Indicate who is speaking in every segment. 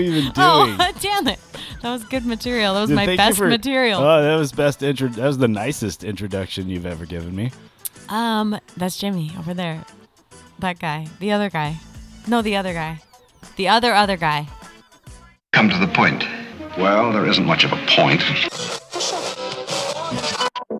Speaker 1: you even doing?
Speaker 2: Oh, damn it. That was good material. That was
Speaker 1: Yeah,
Speaker 2: my
Speaker 1: thank you
Speaker 2: best
Speaker 1: for-
Speaker 2: material.
Speaker 1: Oh, that was best intro. That was the nicest introduction you've ever given me.
Speaker 2: um, that's Jimmy over there. That guy. The other guy. No, the other guy. The other other guy.
Speaker 3: Come to the point. Well, there isn't much of a point.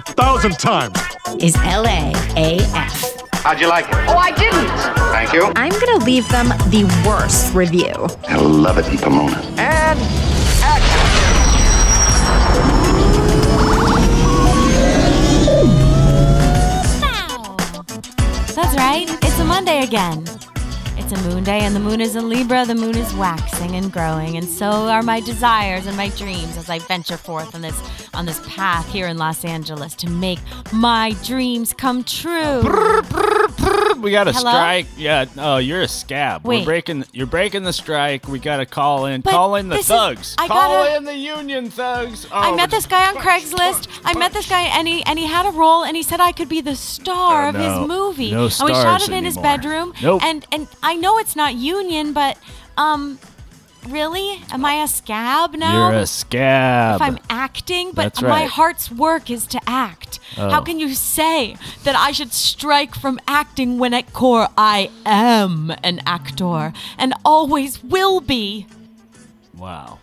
Speaker 4: thousand times.
Speaker 5: is LAAF.
Speaker 3: How'd you like it?
Speaker 6: Oh, I didn't.
Speaker 3: Thank you.
Speaker 7: I'm gonna leave them the worst review.
Speaker 3: I love it in Pomona.
Speaker 2: That's right. It's a Monday again. It's a moon day, and the moon is in Libra. The moon is waxing and growing, and so are my desires and my dreams as I venture forth on this on this path here in Los Angeles to make my dreams come true.
Speaker 1: We got a
Speaker 2: Hello?
Speaker 1: strike. Yeah. Oh, you're a scab.
Speaker 2: Wait.
Speaker 1: We're breaking. You're breaking the strike. We got to call in.
Speaker 2: But
Speaker 1: call in the
Speaker 2: this is-
Speaker 1: thugs.
Speaker 2: I
Speaker 1: call
Speaker 2: gotta-
Speaker 1: in the union thugs. Oh,
Speaker 2: I met this guy on Craigslist. I met this guy, and he and he had a role, and he said I could be the star
Speaker 1: Oh,
Speaker 2: of
Speaker 1: no.
Speaker 2: his movie.
Speaker 1: No
Speaker 2: and we shot
Speaker 1: stars
Speaker 2: it in his
Speaker 1: anymore.
Speaker 2: bedroom.
Speaker 1: Nope.
Speaker 2: And and I know it's not union, but um, really, am I a scab now?
Speaker 1: You're a scab.
Speaker 2: if I'm acting, but
Speaker 1: That's
Speaker 2: my
Speaker 1: right.
Speaker 2: heart's work is to act. How
Speaker 1: Oh.
Speaker 2: can you say that I should strike from acting when at core I am an actor and always will be?
Speaker 1: wow.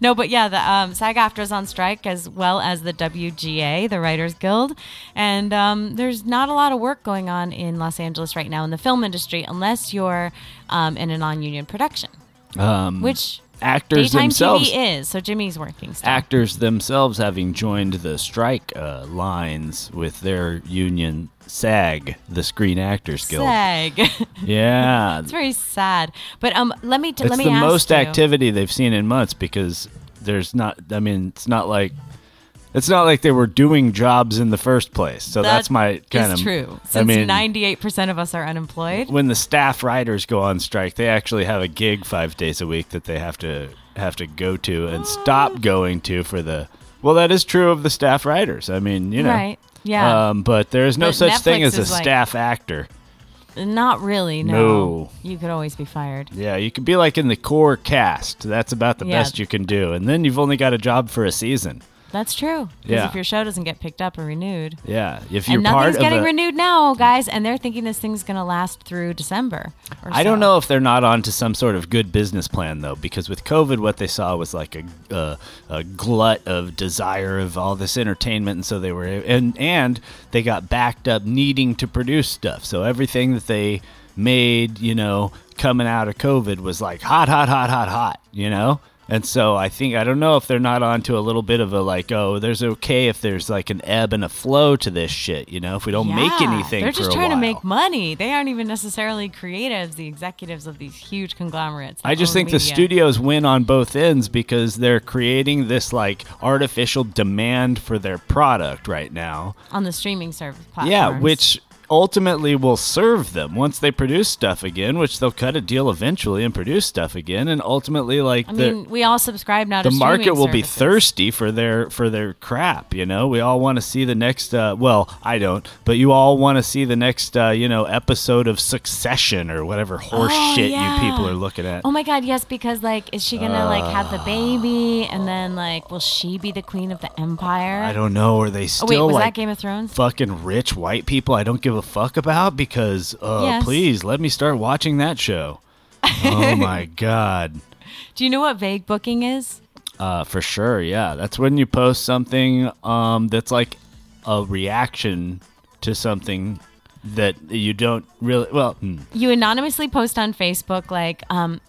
Speaker 2: No, but yeah, the um, SAG AFTRA's on strike as well as the WGA, the Writers Guild, and um, there's not a lot of work going on in Los Angeles right now in the film industry unless you're um, in a non-union production,
Speaker 1: Um,
Speaker 2: which
Speaker 1: actors
Speaker 2: daytime
Speaker 1: themselves.
Speaker 2: TV is. So Jimmy's working still.
Speaker 1: Actors themselves having joined the strike uh, lines with their union SAG, the Screen Actors Guild.
Speaker 2: SAG.
Speaker 1: Yeah,
Speaker 2: It's very sad. But um, let me t- let
Speaker 1: it's
Speaker 2: me
Speaker 1: the
Speaker 2: ask
Speaker 1: most
Speaker 2: you.
Speaker 1: activity they've seen in months because there's not. I mean, it's not like it's not like they were doing jobs in the first place. So
Speaker 2: That
Speaker 1: that's my kind of
Speaker 2: is true.
Speaker 1: I mean,
Speaker 2: Since ninety-eight percent of us are unemployed.
Speaker 1: when the staff writers go on strike, they actually have a gig five days a week that they have to have to go to and
Speaker 2: Ah.
Speaker 1: stop going to for the. Well, that is true of the staff writers. I mean, you know,
Speaker 2: Right. Yeah.
Speaker 1: Um, but there is no
Speaker 2: But
Speaker 1: such thing
Speaker 2: Netflix
Speaker 1: as a
Speaker 2: is like-
Speaker 1: staff actor.
Speaker 2: Not really. No.
Speaker 1: um, No.
Speaker 2: You could always be fired.
Speaker 1: Yeah, you could be like in the core cast. That's about the
Speaker 2: Yeah.
Speaker 1: best you can do, and then you've only got a job for a season.
Speaker 2: That's true. 'Cause
Speaker 1: Yeah.
Speaker 2: If your show doesn't get picked up or renewed,
Speaker 1: Yeah, if you're
Speaker 2: and
Speaker 1: part
Speaker 2: nothing's
Speaker 1: of
Speaker 2: getting
Speaker 1: a,
Speaker 2: renewed now, guys, and they're thinking this thing's gonna last through December. Or
Speaker 1: I don't
Speaker 2: so.
Speaker 1: know if they're not onto some sort of good business plan though, because with COVID, what they saw was like a uh, a glut of desire of all this entertainment, and so they were and and they got backed up needing to produce stuff. So everything that they made, you know, coming out of COVID was like hot, hot, hot, hot, hot, you know. And so I think I don't know if they're not onto a little bit of a like, oh, there's okay if there's like an ebb and a flow to this shit, you know, if we don't make
Speaker 2: Yeah,
Speaker 1: anything.
Speaker 2: They're
Speaker 1: for
Speaker 2: just
Speaker 1: a
Speaker 2: trying to
Speaker 1: while.
Speaker 2: make money. They aren't even necessarily creatives, the executives of these huge conglomerates. that
Speaker 1: I just
Speaker 2: own
Speaker 1: think the
Speaker 2: media.
Speaker 1: studios win on both ends because they're creating this like artificial demand for their product right now.
Speaker 2: on the streaming service platforms.
Speaker 1: Yeah, which ultimately will serve them once they produce stuff again, which they'll cut a deal eventually and produce stuff again and ultimately like
Speaker 2: I
Speaker 1: the
Speaker 2: mean, we all subscribe now to
Speaker 1: the market
Speaker 2: streaming
Speaker 1: will be
Speaker 2: services.
Speaker 1: thirsty for their for their crap. You know, we all want to see the next. Uh, well, I don't, but you all want to see the next. Uh, you know, episode of Succession or whatever horse
Speaker 2: Oh,
Speaker 1: shit
Speaker 2: yeah.
Speaker 1: you people are looking at.
Speaker 2: Oh my god, yes, because like is she gonna like have
Speaker 1: Ah.
Speaker 2: the baby and then like will she be the queen of the empire?
Speaker 1: I don't know. Are they
Speaker 2: Oh
Speaker 1: still
Speaker 2: wait, was
Speaker 1: like
Speaker 2: that Game of Thrones?
Speaker 1: fucking rich white people I don't give a fuck about? Because uh,
Speaker 2: Yes.
Speaker 1: please let me start watching that show. oh my god.
Speaker 2: Do you know what vague booking is?
Speaker 1: Uh, for sure, yeah. That's when you post something um, that's like a reaction to something that you don't really. Well, hmm.
Speaker 2: You anonymously post on Facebook like, um,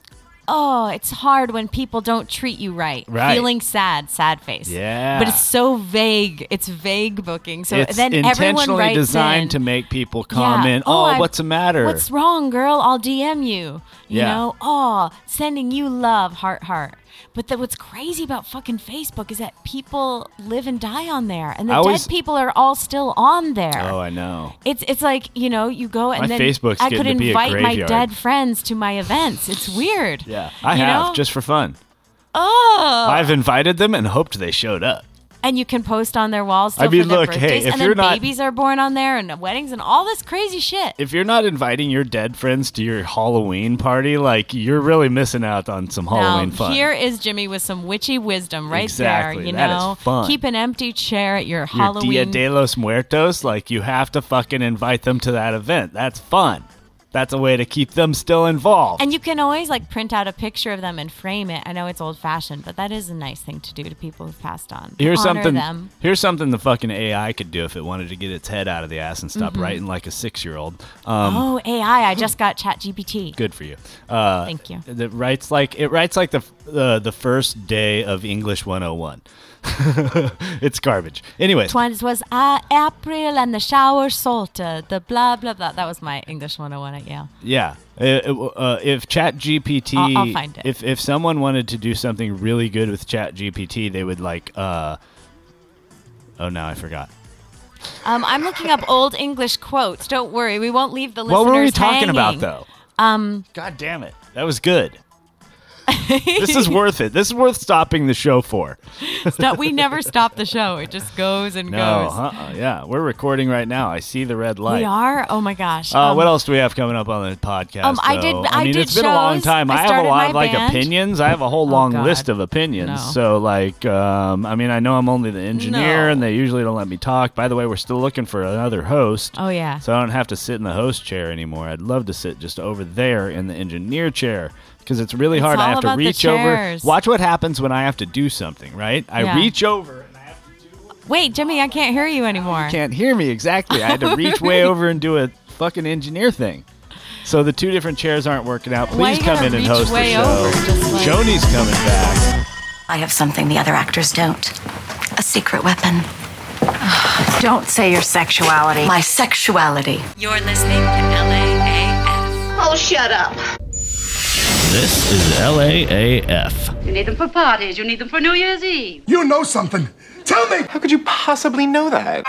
Speaker 2: oh, it's hard when people don't treat you right.
Speaker 1: Right.
Speaker 2: Feeling sad, sad face.
Speaker 1: Yeah.
Speaker 2: But it's so vague. It's vague booking. So
Speaker 1: it's
Speaker 2: then everyone
Speaker 1: intentionally
Speaker 2: writes
Speaker 1: designed
Speaker 2: in,
Speaker 1: to make people
Speaker 2: yeah,
Speaker 1: comment. Oh,
Speaker 2: I-
Speaker 1: what's the matter?
Speaker 2: What's wrong, girl? I'll DM you. You
Speaker 1: Yeah.
Speaker 2: know, oh, sending you love, heart, heart. But the, what's crazy about fucking Facebook is that people live and die on there, and the
Speaker 1: I
Speaker 2: dead
Speaker 1: always-
Speaker 2: people are all still on there.
Speaker 1: oh, I know.
Speaker 2: It's it's like you know you go and
Speaker 1: My
Speaker 2: then
Speaker 1: Facebook's
Speaker 2: I
Speaker 1: getting
Speaker 2: could
Speaker 1: to be a
Speaker 2: invite my
Speaker 1: graveyard.
Speaker 2: dead friends to my events. It's weird.
Speaker 1: Yeah, I
Speaker 2: You
Speaker 1: have
Speaker 2: know?
Speaker 1: just for fun.
Speaker 2: oh,
Speaker 1: I've invited them and hoped they showed up.
Speaker 2: and you can post on their walls. Still
Speaker 1: I mean,
Speaker 2: for their
Speaker 1: look, hey,
Speaker 2: birthdays,
Speaker 1: if
Speaker 2: and
Speaker 1: you're
Speaker 2: then
Speaker 1: not-
Speaker 2: babies are born on there and weddings and all this crazy shit.
Speaker 1: If you're not inviting your dead friends to your Halloween party, like you're really missing out on some Halloween
Speaker 2: now,
Speaker 1: fun.
Speaker 2: Here is Jimmy with some witchy wisdom right
Speaker 1: Exactly.
Speaker 2: there. You
Speaker 1: That is
Speaker 2: know,
Speaker 1: fun.
Speaker 2: keep an empty chair at your,
Speaker 1: your
Speaker 2: Halloween.
Speaker 1: Dia de los Muertos, like you have to fucking invite them to that event. That's fun. That's a way to keep them still involved.
Speaker 2: and you can always like print out a picture of them and frame it. I know it's old fashioned, but that is a nice thing to do to people who've passed on.
Speaker 1: Here's
Speaker 2: Honor
Speaker 1: something.
Speaker 2: Them.
Speaker 1: Here's something the fucking AI could do if it wanted to get its head out of the ass and stop
Speaker 2: Mm-hmm.
Speaker 1: writing like a six-year-old. Um,
Speaker 2: oh, AI! I just got ChatGPT.
Speaker 1: Good for you. Uh,
Speaker 2: Thank you.
Speaker 1: That writes like it writes like the uh, the first day of English 101. it's garbage. Anyways,
Speaker 2: Twice was uh, April and the shower salted. The blah blah blah. That was my English 101 at Yale.
Speaker 1: Yeah. Uh, uh, if Chat GPT,
Speaker 2: I'll- I'll find it.
Speaker 1: if if someone wanted to do something really good with Chat GPT, they would like. uh Oh, now I forgot.
Speaker 2: Um, I'm looking up old English quotes. Don't worry, we won't leave the listeners
Speaker 1: What were we talking about
Speaker 2: hanging.
Speaker 1: though? Um. God damn it! That was good. this is worth it. This is worth stopping the show for.
Speaker 2: Stop- we never stop the show. It just goes and
Speaker 1: No,
Speaker 2: goes.
Speaker 1: uh-uh, yeah, we're recording right now. I see the red light.
Speaker 2: We are. Oh my gosh.
Speaker 1: Uh,
Speaker 2: Um,
Speaker 1: what else do we have coming up on the podcast?
Speaker 2: Um, I did-
Speaker 1: though?
Speaker 2: I
Speaker 1: mean,
Speaker 2: did
Speaker 1: it's been a long
Speaker 2: shows.
Speaker 1: time.
Speaker 2: I
Speaker 1: I, have a
Speaker 2: started
Speaker 1: lot
Speaker 2: my
Speaker 1: of like
Speaker 2: band. Oh,
Speaker 1: opinions. I have a whole long
Speaker 2: God.
Speaker 1: list of opinions.
Speaker 2: No.
Speaker 1: So like, um, I mean, I know I'm only the engineer,
Speaker 2: No.
Speaker 1: and they usually don't let me talk. By the way, we're still looking for another host.
Speaker 2: Oh, yeah.
Speaker 1: So I don't have to sit in the host chair anymore. I'd love to sit just over there in the engineer chair because it's really
Speaker 2: It's
Speaker 1: hard. I
Speaker 2: all
Speaker 1: have to
Speaker 2: about the
Speaker 1: reach over.
Speaker 2: chairs.
Speaker 1: Watch what happens when I have to do something. Right? I
Speaker 2: Yeah.
Speaker 1: reach over. and I have to-
Speaker 2: Wait, Jimmy, I can't hear you anymore.
Speaker 1: Can't hear me exactly. I had to reach way over and do a fucking engineer thing. So the two different chairs aren't working out.
Speaker 2: Why
Speaker 1: Please
Speaker 2: you
Speaker 1: come
Speaker 2: gotta
Speaker 1: in and
Speaker 2: reach
Speaker 1: host the
Speaker 2: way
Speaker 1: show.
Speaker 2: over? Just like-
Speaker 1: Joni's coming back.
Speaker 6: I have something the other actors don't a secret weapon.
Speaker 5: Don't say your sexuality.
Speaker 6: My sexuality.
Speaker 5: You're listening to LAAF.
Speaker 8: Oh, shut up.
Speaker 9: This is LAAF.
Speaker 8: You need them for parties. You need them for New Year's Eve.
Speaker 4: You know something. Tell me.
Speaker 10: How could you possibly know that?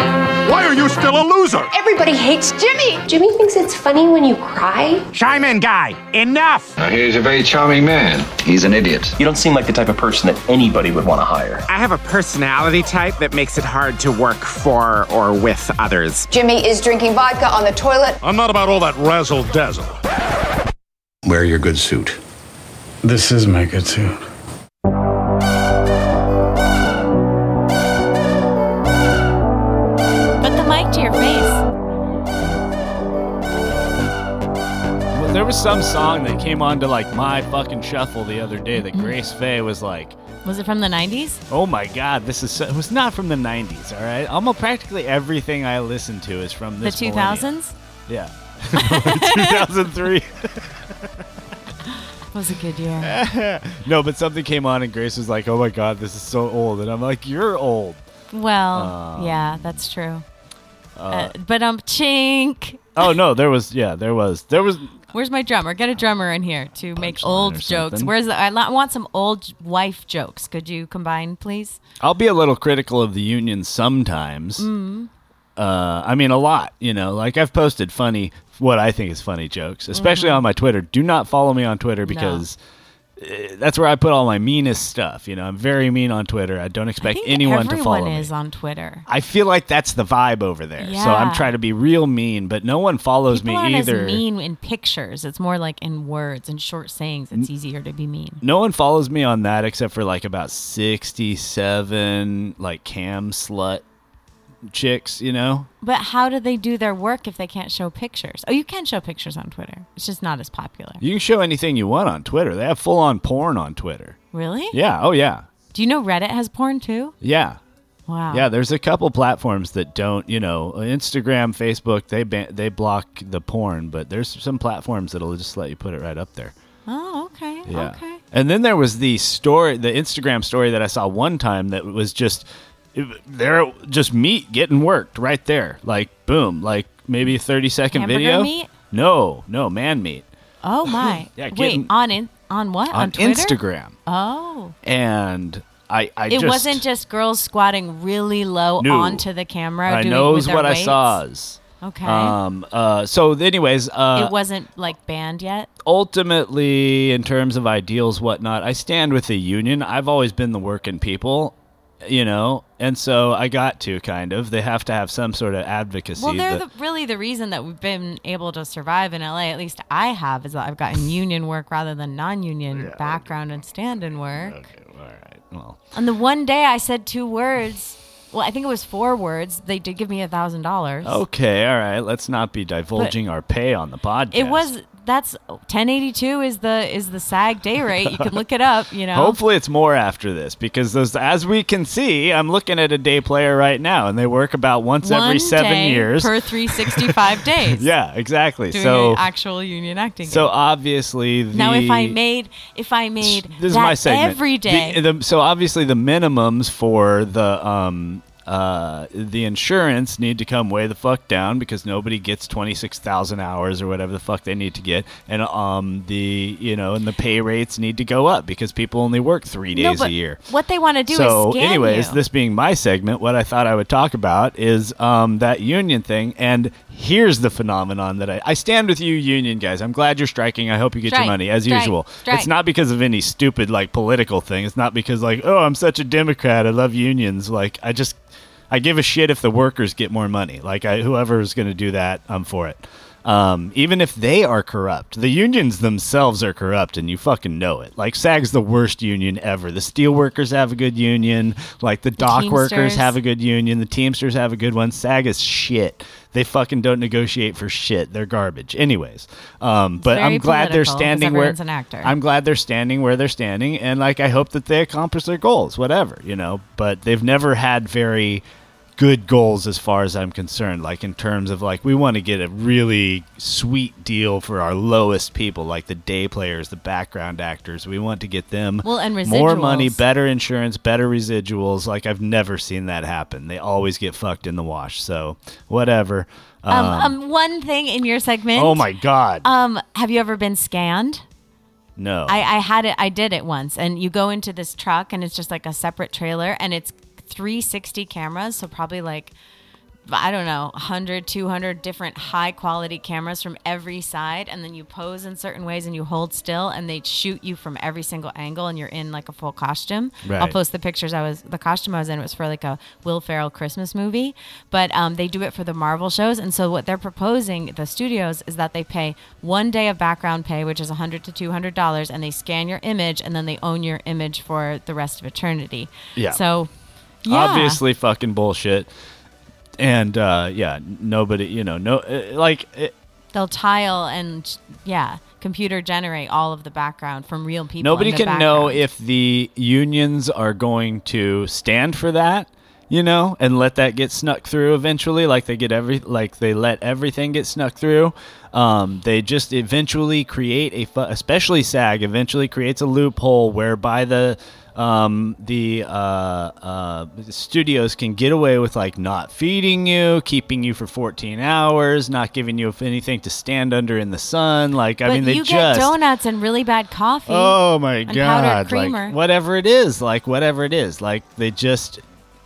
Speaker 4: Why are you still a loser?
Speaker 6: Everybody hates Jimmy. Jimmy thinks it's funny when you cry.
Speaker 4: Chime in, guy. Enough.
Speaker 3: Now, he's a very charming man. He's an idiot.
Speaker 10: You don't seem like the type of person that anybody would want to hire.
Speaker 11: I have a personality type that makes it hard to work for or with others.
Speaker 7: Jimmy is drinking vodka on the toilet.
Speaker 4: I'm not about all that razzle dazzle.
Speaker 9: Wear your good suit.
Speaker 11: This is my good suit.
Speaker 2: Put the mic to your face.
Speaker 1: Well, there was some song that came on to like my fucking shuffle the other day that Grace Faye was like,
Speaker 2: Was it from the 90s?
Speaker 1: "Oh my god, this is so, it was not from the '90s, all right? Almost practically everything I listen to is from this
Speaker 2: the
Speaker 1: millennium."
Speaker 2: 2000s?
Speaker 1: Yeah, 2003.
Speaker 2: That was a good year.
Speaker 1: No, but something came on and Grace was like, "Oh my god, this is so old," and I'm like, "You're old."
Speaker 2: well,
Speaker 1: Um,
Speaker 2: yeah, that's true. Uh, but um, chink.
Speaker 1: Oh no, there was yeah, there was there was
Speaker 2: Where's my drummer? Get a drummer in here to make
Speaker 1: Punchline or
Speaker 2: old jokes.
Speaker 1: something.
Speaker 2: Where's the? I lo- want some old wife jokes. Could you combine, please?
Speaker 1: I'll be a little critical of the union sometimes.
Speaker 2: Mm-hmm.
Speaker 1: Uh, I mean, a lot, you know. Like I've posted funny, what I think is funny jokes, especially
Speaker 2: Mm-hmm.
Speaker 1: on my Twitter. Do not follow me on Twitter because uh, that's where I put all my meanest stuff. You know, I'm very mean on Twitter. I don't
Speaker 2: I
Speaker 1: expect
Speaker 2: think
Speaker 1: anyone
Speaker 2: everyone
Speaker 1: to follow me.
Speaker 2: is on Twitter.
Speaker 1: I feel like that's the vibe over there. So I'm
Speaker 2: Yeah.
Speaker 1: trying to be real mean, but no one follows
Speaker 2: People
Speaker 1: me
Speaker 2: aren't
Speaker 1: either.
Speaker 2: as mean in pictures. It's more like in words and short sayings. It's easier to be mean.
Speaker 1: no one follows me on that except for like about 67 like cam slut chicks, you know?
Speaker 2: But how do they do their work if they can't show pictures? Oh, you can show pictures on Twitter. It's just not as popular.
Speaker 1: You can show anything you want on Twitter. They have full on porn on Twitter.
Speaker 2: Really?
Speaker 1: Yeah. Oh, yeah.
Speaker 2: Do you know Reddit has porn too?
Speaker 1: Yeah.
Speaker 2: Wow.
Speaker 1: Yeah. There's a couple platforms that don't, you know, Instagram, Facebook, they ban- they block the porn, but there's some platforms that'll just let you put it right up there.
Speaker 2: Oh, okay.
Speaker 1: Yeah.
Speaker 2: Okay.
Speaker 1: And then there was the story, the Instagram story that I saw one time that was just it- there, just meat getting worked right there, like boom, like maybe a thirty second
Speaker 2: Hamburger
Speaker 1: video.
Speaker 2: meat?
Speaker 1: No, no, man meat
Speaker 2: Oh my.
Speaker 1: Yeah,
Speaker 2: Wait,
Speaker 1: getting-
Speaker 2: on in, on what? On,
Speaker 1: on,
Speaker 2: Twitter?
Speaker 1: Instagram,
Speaker 2: Oh.
Speaker 1: and I, I
Speaker 2: it
Speaker 1: just,
Speaker 2: wasn't just girls squatting really low
Speaker 1: No.
Speaker 2: onto the camera.
Speaker 1: I
Speaker 2: doing
Speaker 1: knows
Speaker 2: with their
Speaker 1: what
Speaker 2: weights.
Speaker 1: I saws.
Speaker 2: Okay.
Speaker 1: Um. Uh. So, anyways, uh,
Speaker 2: it wasn't like banned yet.
Speaker 1: ultimately, in terms of ideals, whatnot, I stand with the union. I've always been the working people, you know, and so I got to kind of. They have to have some sort of advocacy.
Speaker 2: Well, they're
Speaker 1: that-
Speaker 2: the, really the reason that we've been able to survive in LA. At least I have, is that I've gotten union work rather than non-union background and stand-in work.
Speaker 1: all right. Well,
Speaker 2: And the one day I said two words. Well, I think it was four words. They did give me a thousand dollars.
Speaker 1: okay. All right. Let's not be divulging our pay on the podcast.
Speaker 2: It was that's 1082 is the is the SAG day rate. You can look it up. You know.
Speaker 1: Hopefully, it's more after this because those, as we can see, I'm looking at a day player right now, and they work about once
Speaker 2: One
Speaker 1: every seven
Speaker 2: day
Speaker 1: years.
Speaker 2: per 365 days.
Speaker 1: yeah, exactly.
Speaker 2: Doing
Speaker 1: So,
Speaker 2: an actual union acting.
Speaker 1: so
Speaker 2: gig.
Speaker 1: obviously, the,
Speaker 2: now if I made if I made
Speaker 1: this is
Speaker 2: that
Speaker 1: my segment
Speaker 2: every day.
Speaker 1: The- the- so obviously, the minimums for the um uh the insurance need to come way the fuck down because nobody gets twenty six thousand hours or whatever the fuck they need to get, and um the you know and the pay rates need to go up because people only work three
Speaker 2: no,
Speaker 1: days
Speaker 2: but
Speaker 1: a year
Speaker 2: What they want to do
Speaker 1: so
Speaker 2: is scam
Speaker 1: anyways
Speaker 2: you.
Speaker 1: this being my segment what i thought i would talk about is um, that union thing and here's the phenomenon that I, I stand with you union guys i'm glad you're striking i hope you get
Speaker 2: Strike,
Speaker 1: your money as
Speaker 2: strike,
Speaker 1: usual
Speaker 2: strike.
Speaker 1: it's not because of any stupid like political thing it's not because like oh i'm such a democrat i love unions like i just i give a shit if the workers get more money like I, whoever's going to do that i'm for it um, even if they are corrupt, the unions themselves are corrupt, and you fucking know it. Like SAG's the worst union ever. The steel workers have a good union. Like the dock workers
Speaker 2: Teamsters.
Speaker 1: have a good union. The Teamsters have a good one. SAG is shit. They fucking don't negotiate for shit. They're garbage. Anyways, um, but
Speaker 2: very
Speaker 1: I'm glad they're
Speaker 2: political 'cause
Speaker 1: standing where
Speaker 2: everyone's an actor.
Speaker 1: I'm glad they're standing where they're standing, and like I hope that they accomplish their goals, whatever you know. But they've never had very good goals as far as I'm concerned. Like in terms of like we want to get a really sweet deal for our lowest people, like the day players, the background actors. We want to get them
Speaker 2: Well, and
Speaker 1: more money,
Speaker 2: residuals.
Speaker 1: better insurance, better residuals. Like I've never seen that happen. They always get fucked in the wash. So whatever.
Speaker 2: um, um, one thing in your segment.
Speaker 1: oh my god,
Speaker 2: Um, have you ever been scanned?
Speaker 1: no.
Speaker 2: I, I had it. I did it once, and you go into this truck, and it's just like a separate trailer, and it's 360 cameras, so probably like I don't know, 100, 200 different high quality cameras from every side, and then you pose in certain ways, and you hold still, and they shoot you from every single angle, and you're in like a full costume. I'll
Speaker 1: Right.
Speaker 2: post the pictures I was the costume I was in was for like a Will Ferrell Christmas movie, but um, they do it for the Marvel shows, and so what they're proposing the studios is that they pay one day of background pay, which is a hundred to two hundred dollars, and they scan your image, and then they own your image for the rest of eternity.
Speaker 1: Yeah.
Speaker 2: So. Yeah.
Speaker 1: obviously fucking bullshit and uh yeah nobody you know no uh, like it,
Speaker 2: they'll tile and yeah, computer generate all of the background from real people.
Speaker 1: nobody
Speaker 2: in the
Speaker 1: can know
Speaker 2: background.
Speaker 1: if the unions are going to stand for that you know and let that get snuck through eventually like they get every like they let everything get snuck through um, they just eventually create a fu- especially sag eventually creates a loophole whereby the um, the uh, uh, studios can get away with like not feeding you, keeping you for 14 hours, not giving you anything to stand under in the sun. Like I
Speaker 2: but
Speaker 1: mean, they
Speaker 2: you
Speaker 1: just
Speaker 2: get donuts and really bad coffee.
Speaker 1: Oh my
Speaker 2: powdered
Speaker 1: god!
Speaker 2: creamer.
Speaker 1: Like whatever it is, like whatever it is, like they just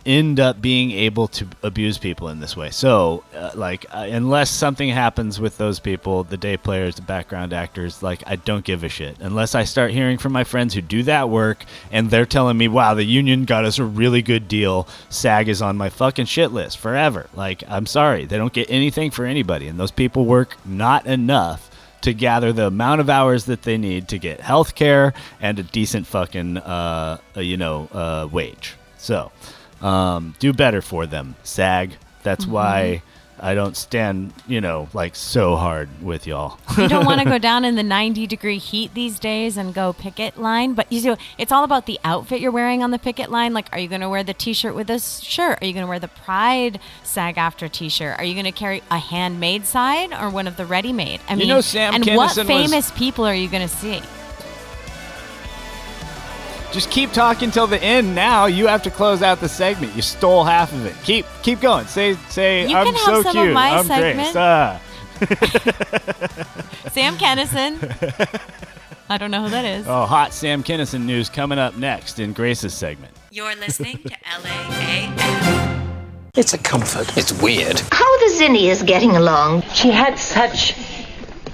Speaker 1: end up being able to abuse people in this way. So, uh, like uh, unless something happens with those people, the day players, the background actors, like I don't give a shit. Unless I start hearing from my friends who do that work and they're telling me, "Wow, the union got us a really good deal. SAG is on my fucking shit list forever." Like I'm sorry, they don't get anything for anybody, and those people work not enough to gather the amount of hours that they need to get health care and a decent fucking uh, uh, you know uh, wage. So um, do better for them, SAG. That's
Speaker 2: Mm-hmm.
Speaker 1: why I don't stand you know like so hard with y'all.
Speaker 2: you don't want to go down in the 90 degree heat these days and go picket line but you do it's all about the outfit you're wearing on the picket line like are you going to wear the t-shirt with this shirt are you going to wear the pride sag after t-shirt are you going to carry a handmade side or one of the ready-made i mean
Speaker 1: know, Sam
Speaker 2: and what
Speaker 1: Kinison was-
Speaker 2: famous people are you going to see
Speaker 1: Just keep talking till the end. Now you have to close out the segment. You stole half of it. Keep keep going. Say say
Speaker 2: You
Speaker 1: I'm
Speaker 2: can have
Speaker 1: so
Speaker 2: some of
Speaker 1: cute.
Speaker 2: my
Speaker 1: I'm
Speaker 2: segment.
Speaker 1: Grace. Ah.
Speaker 2: Sam Kennison. I don't know who that is.
Speaker 1: Oh, hot Sam Kinison news coming up next in Grace's segment.
Speaker 5: You're listening to LAAF.
Speaker 10: It's a comfort. It's weird.
Speaker 12: How the Zinni is getting along. She had such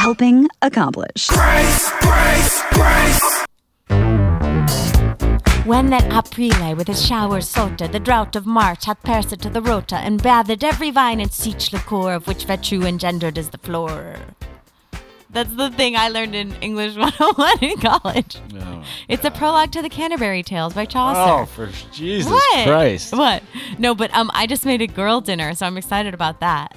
Speaker 13: Helping accomplished.
Speaker 2: When that Aprile with his shower sota, the drought of March hath pierced to the rota, and bathed every vine in siege liquor, of which Vetru engendered is the floor. That's the thing I learned in English 101 in college. It's a prologue to the Canterbury Tales by Chaucer.
Speaker 1: Oh, for Jesus
Speaker 2: what?
Speaker 1: Christ.
Speaker 2: What? No, but um, I just made a girl dinner, so I'm excited about that.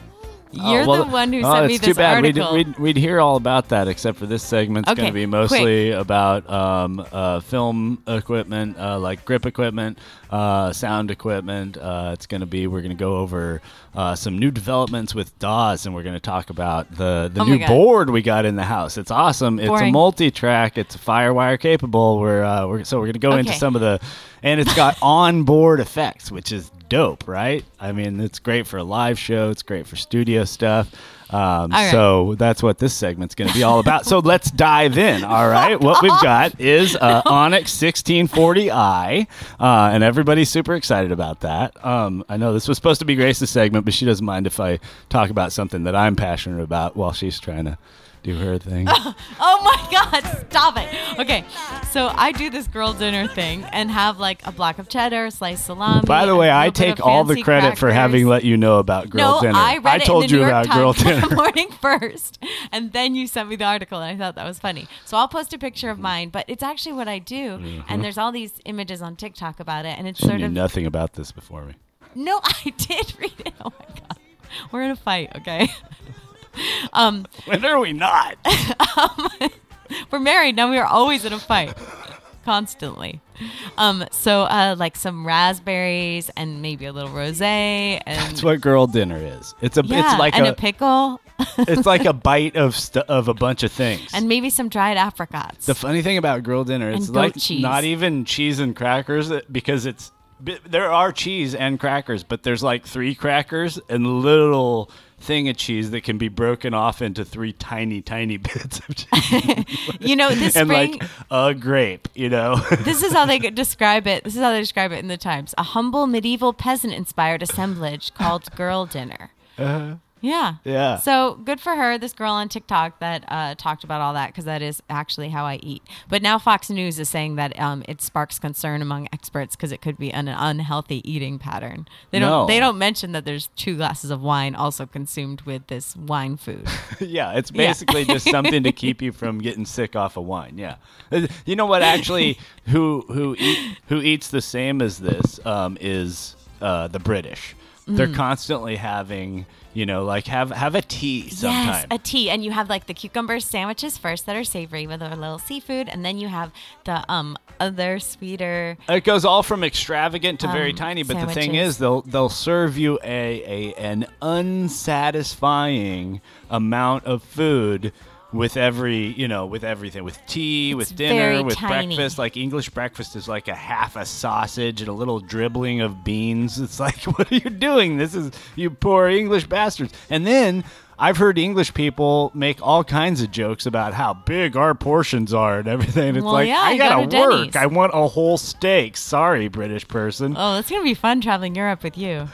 Speaker 1: Oh,
Speaker 2: You're
Speaker 1: well,
Speaker 2: the one who
Speaker 1: oh,
Speaker 2: sent
Speaker 1: it's
Speaker 2: me
Speaker 1: too
Speaker 2: this
Speaker 1: bad.
Speaker 2: article.
Speaker 1: We'd, we'd, we'd hear all about that, except for this segment's
Speaker 2: Okay,
Speaker 1: going to be mostly about um, uh, film equipment, uh, like grip equipment, uh, sound equipment. Uh, it's going to be we're going to go over uh, some new developments with DAWs, and we're going to talk about the the
Speaker 2: Oh my
Speaker 1: new
Speaker 2: God.
Speaker 1: board we got in the house. It's awesome. It's a
Speaker 2: Boring.
Speaker 1: multi-track. It's FireWire capable. We're, uh, we're so we're going to go into
Speaker 2: Okay.
Speaker 1: some of the, and it's got onboard effects, which is dope, right? I mean, it's great for a live show. It's great for studio stuff. Um,
Speaker 2: All right.
Speaker 1: So that's what this segment's going to be all about. so let's dive in. All right, what we've got is uh, Onyx 1640i, uh, and everybody's super excited about that. Um, I know this was supposed to be Grace's segment, but she doesn't mind if I talk about something that I'm passionate about while she's trying to do her thing.
Speaker 2: Oh my God, stop it. Okay, so I do this girl dinner thing and have like a block of cheddar, sliced salami.
Speaker 1: By the way,
Speaker 2: a
Speaker 1: I
Speaker 2: little bit
Speaker 1: take
Speaker 2: of
Speaker 1: all the
Speaker 2: fancy
Speaker 1: credit for
Speaker 2: crackers.
Speaker 1: having let you know about Girl
Speaker 2: no,
Speaker 1: Dinner.
Speaker 2: I read it
Speaker 1: told
Speaker 2: in the
Speaker 1: you
Speaker 2: New
Speaker 1: about
Speaker 2: York
Speaker 1: Girl
Speaker 2: Times
Speaker 1: Dinner.
Speaker 2: that morning first, and then you sent me the article, and I thought that was funny. So I'll post a picture of mine, but it's actually what I do.
Speaker 1: Mhm.
Speaker 2: And there's all these images on TikTok about it, and it's
Speaker 1: She
Speaker 2: sort
Speaker 1: knew
Speaker 2: of
Speaker 1: nothing about this before me.
Speaker 2: no, I did read it. Oh my god, we're in a fight. Okay. um,
Speaker 1: when are we not?
Speaker 2: um, we're married now. We are always in a fight, constantly. Um, so uh, like some raspberries and maybe a little rosé and
Speaker 1: That's what Girl Dinner is. It's a
Speaker 2: yeah,
Speaker 1: it's like
Speaker 2: and
Speaker 1: a,
Speaker 2: a pickle
Speaker 1: it's like a bite of stu of a bunch of things.
Speaker 2: and maybe some dried apricots.
Speaker 1: The funny thing about Girl Dinner, it's
Speaker 2: And goat
Speaker 1: like
Speaker 2: cheese.
Speaker 1: not even cheese and crackers uh, because it's bi- there are cheese and crackers, but there's like three crackers and a little thing of cheese that can be broken off into three tiny tiny bits of cheese.
Speaker 2: You know, this
Speaker 1: and
Speaker 2: spring-
Speaker 1: like a grape, you know.
Speaker 2: this is how they could describe it. This is how they describe it in the Times. A humble medieval peasant inspired assemblage called Girl Dinner.
Speaker 1: Uh,
Speaker 2: Yeah.
Speaker 1: Yeah.
Speaker 2: So good for her, this girl on TikTok that uh, talked about all that, because that is actually how I eat. But now Fox News is saying that um, it sparks concern among experts because it could be an unhealthy eating pattern. They don't.
Speaker 1: No.
Speaker 2: They don't mention that there's two glasses of wine also consumed with this wine food.
Speaker 1: yeah, it's
Speaker 2: Yeah.
Speaker 1: basically just something to keep you from getting sick off of wine. Yeah, Uh, you know what? Actually, who who eat, who eats the same as this um, is uh, the British. They're
Speaker 2: Mm.
Speaker 1: constantly having you know like have have a tea
Speaker 2: Yes,
Speaker 1: sometime.
Speaker 2: a tea, and you have like the cucumber sandwiches first that are savory with a little seafood, and then you have the um other sweeter.
Speaker 1: It goes all from extravagant to very
Speaker 2: Um,
Speaker 1: tiny, but the thing
Speaker 2: sandwiches.
Speaker 1: is, they'll they'll serve you a, a an unsatisfying amount of food with every you know with everything with tea with
Speaker 2: very
Speaker 1: dinner with
Speaker 2: tiny.
Speaker 1: breakfast like english breakfast is like a half a sausage and a little dribbling of beans it's like what are you doing this is you poor english bastards and then i've heard english people make all kinds of jokes about how big our portions are and everything and it's
Speaker 2: Well,
Speaker 1: like
Speaker 2: yeah,
Speaker 1: i
Speaker 2: you go
Speaker 1: gotta
Speaker 2: to
Speaker 1: work
Speaker 2: Denny's.
Speaker 1: i want a whole steak sorry british person
Speaker 2: Oh, it's gonna be fun traveling Europe with you.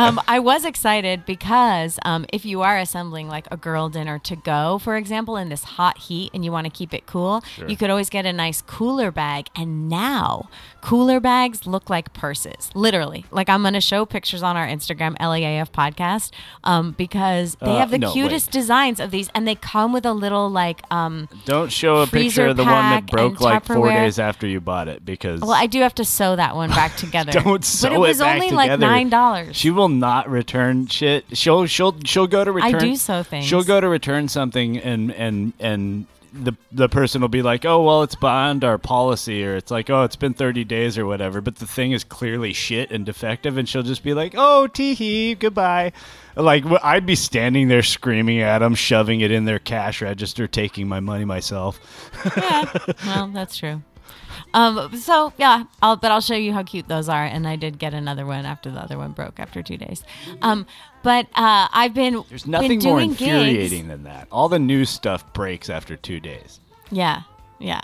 Speaker 2: um, I was excited because um, if you are assembling like a girl dinner to go, for example, in this hot heat and you want to keep it cool,
Speaker 5: Sure.
Speaker 2: you could always get a nice cooler bag. And now cooler bags look like purses, literally. Like I'm going to show pictures on our Instagram, LAAF podcast, um, because because they
Speaker 1: Uh,
Speaker 2: have the
Speaker 1: no,
Speaker 2: cutest designs of these, and they come with a little like um.
Speaker 1: Don't show a
Speaker 2: freezer
Speaker 1: picture of the one that
Speaker 2: pack
Speaker 1: broke
Speaker 2: and
Speaker 1: like four
Speaker 2: Tupperware.
Speaker 1: days after you bought it because
Speaker 2: Well, I do have to sew that one back together.
Speaker 1: don't sew
Speaker 2: but it was
Speaker 1: back
Speaker 2: only like
Speaker 1: together.
Speaker 2: nine dollars.
Speaker 1: She will not return shit. She'll she'll she'll go to
Speaker 2: I
Speaker 1: return.
Speaker 2: do sew things.
Speaker 1: She'll go to return something and and and. The, the person will be like, oh well, it's bond our policy, or it's like, oh, it's been thirty days or whatever. But the thing is clearly shit and defective, and she'll just be like, oh, tee hee, goodbye. Like wh- I'd be standing there screaming at them, shoving it in their cash register, taking my money myself.
Speaker 2: well, that's true. Um, so yeah, I'll, but I'll show you how cute those are. And I did get another one after the other one broke after two days. Um, but uh, I've been
Speaker 1: There's nothing
Speaker 2: been
Speaker 1: more
Speaker 2: doing gigs.
Speaker 1: infuriating than that. All the new stuff breaks after two days.
Speaker 2: Yeah, yeah.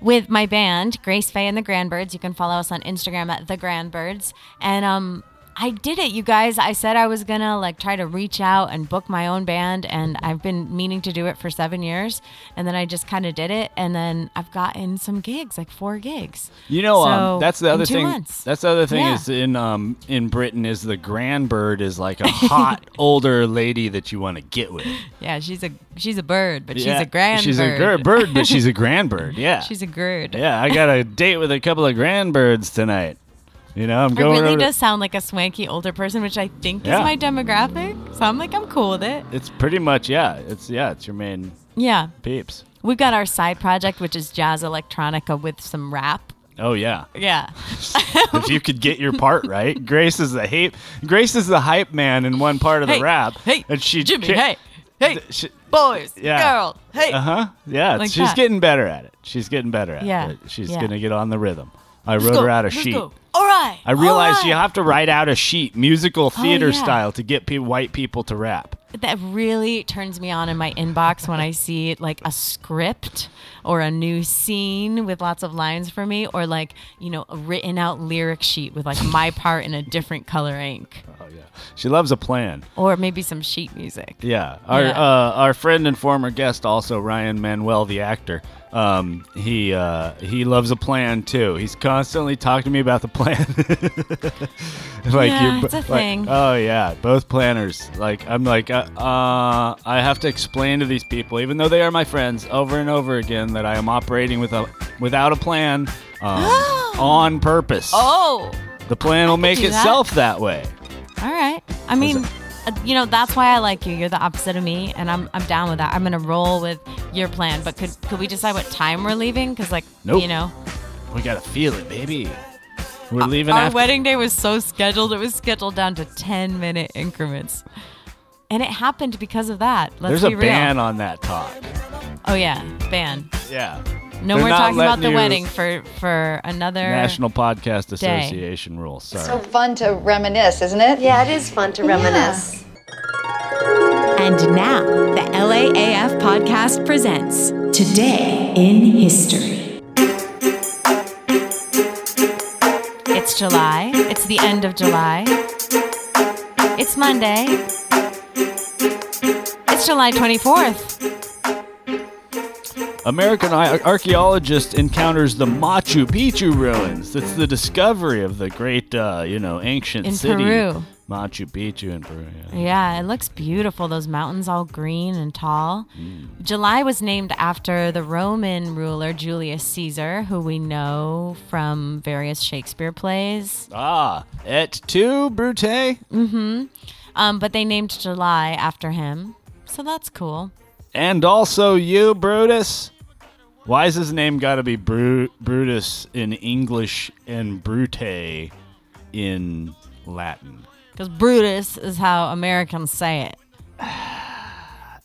Speaker 2: With my band, Grace Faye and the Grandbirds. You can follow us on Instagram at the Grandbirds. And um, I did it, you guys. I said I was gonna like try to reach out and book my own band, and I've been meaning to do it for seven years. And then I just kind of did it, and then I've gotten some gigs, like four gigs.
Speaker 1: You know,
Speaker 2: So,
Speaker 1: um, that's the
Speaker 2: in
Speaker 1: other
Speaker 2: two
Speaker 1: thing.
Speaker 2: months.
Speaker 1: That's the other thing
Speaker 2: Yeah.
Speaker 1: is in um in Britain is the grand bird is like a hot older lady that you want to get with.
Speaker 2: Yeah, she's a she's a bird, but
Speaker 1: Yeah,
Speaker 2: she's a grand.
Speaker 1: She's
Speaker 2: bird.
Speaker 1: a gir- bird, but she's a grand bird. Yeah.
Speaker 2: she's a gird.
Speaker 1: yeah, I got a date with a couple of grand birds tonight. You know, I'm
Speaker 2: It
Speaker 1: going.
Speaker 2: really
Speaker 1: over to-
Speaker 2: does sound like a swanky older person, which I think
Speaker 1: Yeah.
Speaker 2: is my demographic. So I'm like, I'm cool with it.
Speaker 1: It's pretty much yeah. It's yeah. It's your main
Speaker 2: Yeah.
Speaker 1: peeps.
Speaker 2: We've got our side project, which is jazz electronica with some rap.
Speaker 1: Oh yeah.
Speaker 2: Yeah.
Speaker 1: if you could get your part right. Grace is the hype. Grace is the hype man in one part of the
Speaker 2: Hey,
Speaker 1: rap.
Speaker 2: hey,
Speaker 1: and she
Speaker 2: Jimmy,
Speaker 1: ca-
Speaker 2: hey, hey,
Speaker 1: she-
Speaker 2: boys,
Speaker 1: yeah.
Speaker 2: girl, hey.
Speaker 1: Uh huh. Yeah,
Speaker 2: Like
Speaker 1: she's
Speaker 2: that.
Speaker 1: getting better at it. She's getting better at
Speaker 2: Yeah,
Speaker 1: it. Uh, She's
Speaker 2: yeah.
Speaker 1: gonna get on the rhythm. I
Speaker 2: Let's
Speaker 1: wrote
Speaker 2: go,
Speaker 1: her out a
Speaker 2: let's
Speaker 1: sheet.
Speaker 2: go. All right.
Speaker 1: I realized you have to write out a sheet, musical
Speaker 2: Oh,
Speaker 1: theater
Speaker 2: yeah.
Speaker 1: style, to get pe- white people to rap.
Speaker 2: That really turns me on in my inbox when I see like a script or a new scene with lots of lines for me, or like, you know, a written out lyric sheet with like my part in a different color ink,
Speaker 1: She loves a plan.
Speaker 2: or maybe some sheet music.
Speaker 1: Yeah, our
Speaker 2: Yeah.
Speaker 1: Uh, our friend and former guest, also Ryan Manuel, the actor. Um, he uh, he loves a plan too. He's constantly talking to me about the plan. like
Speaker 2: Yeah,
Speaker 1: bo-
Speaker 2: it's a
Speaker 1: like,
Speaker 2: thing.
Speaker 1: oh yeah, both planners. Like I'm like uh, uh, I have to explain to these people, even though they are my friends, over and over again that I am operating with a without a plan um, on purpose.
Speaker 2: Oh,
Speaker 1: the plan will make
Speaker 2: do that.
Speaker 1: itself that way.
Speaker 2: all right. I mean, uh, you know, that's why I like you. You're the opposite of me, and I'm, I'm down with that. I'm going to roll with your plan, but could, could we decide what time we're leaving? Because, like,
Speaker 1: Nope.
Speaker 2: you know,
Speaker 1: We gotta feel it, baby. We're leaving
Speaker 2: Uh, our
Speaker 1: after
Speaker 2: wedding day was so scheduled it was scheduled down to 10 minute increments and it happened because of that let's
Speaker 1: There's
Speaker 2: be
Speaker 1: a
Speaker 2: real
Speaker 1: ban on that talk.
Speaker 2: oh yeah ban
Speaker 1: Yeah.
Speaker 2: no
Speaker 1: They're
Speaker 2: more
Speaker 1: not
Speaker 2: talking about
Speaker 1: letting
Speaker 2: the
Speaker 1: you-
Speaker 2: wedding for for another
Speaker 1: National Podcast
Speaker 2: Day.
Speaker 1: Association rules.
Speaker 7: It's
Speaker 1: Sorry.
Speaker 7: so fun to reminisce, isn't it? Yeah, it is fun to
Speaker 5: reminisce. And now, the LAAF podcast presents Today in History.
Speaker 2: it's july it's the end of july it's monday it's july 24th
Speaker 1: American ar- archaeologist encounters the Machu Picchu ruins. That's the discovery of the great, uh, you know, ancient
Speaker 2: In
Speaker 1: city.
Speaker 2: Peru.
Speaker 1: Machu Picchu in Peru. Yeah.
Speaker 2: yeah it looks beautiful those mountains all green and tall July was named after the Roman ruler Julius Caesar, who we know from various Shakespeare plays.
Speaker 1: Ah, et tu, Brute?
Speaker 2: hmm Um, but they named July after him, so that's cool.
Speaker 1: And also you, Brutus. Why's his name got to be Bru- Brutus in English and Brute in Latin?
Speaker 2: Because Brutus is how Americans say it.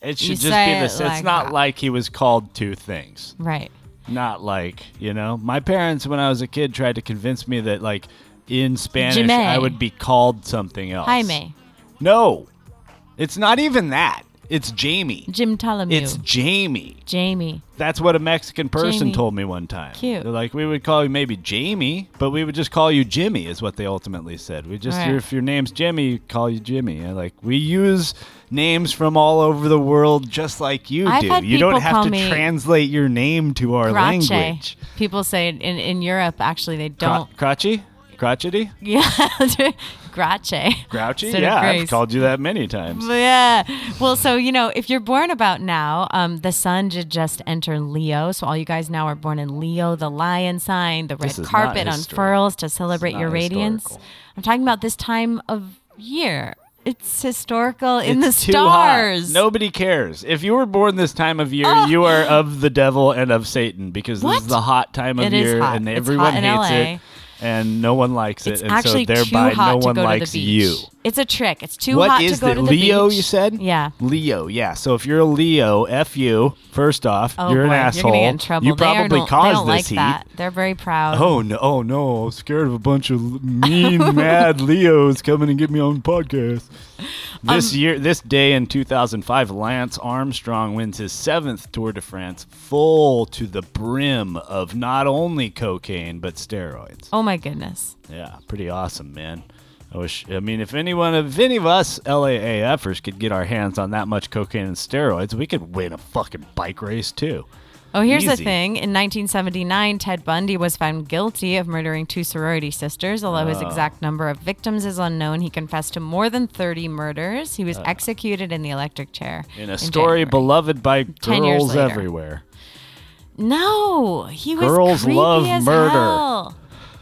Speaker 1: It
Speaker 2: You
Speaker 1: should just be
Speaker 2: say it
Speaker 1: this. It's
Speaker 2: like
Speaker 1: not
Speaker 2: that.
Speaker 1: like he was called two things.
Speaker 2: Right.
Speaker 1: Not like, you know, my parents when I was a kid tried to convince me that like in Spanish
Speaker 2: Jimmy.
Speaker 1: I would be called something else.
Speaker 2: Jaime.
Speaker 1: No. It's not even that. It's Jamie.
Speaker 2: Jim Ptolemy.
Speaker 1: It's Jamie.
Speaker 2: Jamie.
Speaker 1: That's what a Mexican person
Speaker 2: Jamie.
Speaker 1: told me one time.
Speaker 2: Cute.
Speaker 1: They're like, we would call you maybe Jamie, but we would just call you Jimmy, is what they ultimately said. We just,
Speaker 2: Right.
Speaker 1: if your name's Jimmy, call you Jimmy. And like, we use names from all over the world just like you
Speaker 2: I've
Speaker 1: do.
Speaker 2: had
Speaker 1: You don't
Speaker 2: people
Speaker 1: have
Speaker 2: call
Speaker 1: to
Speaker 2: me
Speaker 1: translate your name to our
Speaker 2: Grace.
Speaker 1: language.
Speaker 2: People say it in, in Europe, actually, they
Speaker 1: Cro-
Speaker 2: don't.
Speaker 1: Crotchy? Crotchety?
Speaker 2: Yeah, Grache.
Speaker 1: Grouchy?
Speaker 2: Instead of
Speaker 1: yeah, I've
Speaker 2: Grace.
Speaker 1: called you that many times.
Speaker 2: Oh, Yeah. Well, so you know, if you're born about now, um, the sun did just enter Leo, so all you guys now are born in Leo, the lion sign. The red
Speaker 1: This is not
Speaker 2: carpet
Speaker 1: histor-
Speaker 2: unfurls to celebrate
Speaker 1: not
Speaker 2: your radiance. I'm talking about this time of year. It's historical in
Speaker 1: It's
Speaker 2: the
Speaker 1: too hot.
Speaker 2: stars.
Speaker 1: Nobody cares. If you were born this time of year,
Speaker 2: Oh.
Speaker 1: you are of the devil and of Satan because
Speaker 2: What?
Speaker 1: this is the hot time of
Speaker 2: It is
Speaker 1: year
Speaker 2: hot.
Speaker 1: and
Speaker 2: It's
Speaker 1: everyone
Speaker 2: hot in
Speaker 1: hates
Speaker 2: LA.
Speaker 1: it and no one likes it.
Speaker 2: It's
Speaker 1: and
Speaker 2: actually
Speaker 1: so thereby
Speaker 2: too hot
Speaker 1: no one
Speaker 2: to go
Speaker 1: likes
Speaker 2: to the beach.
Speaker 1: you.
Speaker 2: It's a trick. It's too
Speaker 1: What
Speaker 2: hot
Speaker 1: is
Speaker 2: to go
Speaker 1: the-
Speaker 2: to the
Speaker 1: Leo,
Speaker 2: beach.
Speaker 1: you said?
Speaker 2: Yeah.
Speaker 1: Leo, yeah. So if you're a Leo, F you, first off,
Speaker 2: Oh
Speaker 1: you're
Speaker 2: boy,
Speaker 1: an
Speaker 2: You're
Speaker 1: asshole.
Speaker 2: gonna get in trouble.
Speaker 1: You
Speaker 2: They are-
Speaker 1: probably
Speaker 2: don't- they
Speaker 1: caused
Speaker 2: don't
Speaker 1: this
Speaker 2: like
Speaker 1: heat.
Speaker 2: that. They're very proud.
Speaker 1: Oh no! Oh no! I'm scared of a bunch of l- mean, mad Leos coming and get me on the podcast. This
Speaker 2: Um,
Speaker 1: year, this day in 2005, Lance Armstrong wins his seventh Tour de France, full to the brim of not only cocaine but steroids.
Speaker 2: Oh my goodness.
Speaker 1: Yeah, pretty awesome, man. I wish. I mean, if anyone, if any of us LAAFers could get our hands on that much cocaine and steroids, we could win a fucking bike race too.
Speaker 2: Oh, here's the
Speaker 1: Easy.
Speaker 2: thing. In 1979, Ted Bundy was found guilty of murdering two sorority sisters. Although his
Speaker 1: Oh.
Speaker 2: exact number of victims is unknown, he confessed to more than 30 murders. He was
Speaker 1: Oh.
Speaker 2: executed in the electric chair.
Speaker 1: In a story beloved by
Speaker 2: Ten years
Speaker 1: girls
Speaker 2: later.
Speaker 1: everywhere.
Speaker 2: No, he was
Speaker 1: Girls
Speaker 2: creepy
Speaker 1: love
Speaker 2: as
Speaker 1: murder.
Speaker 2: hell.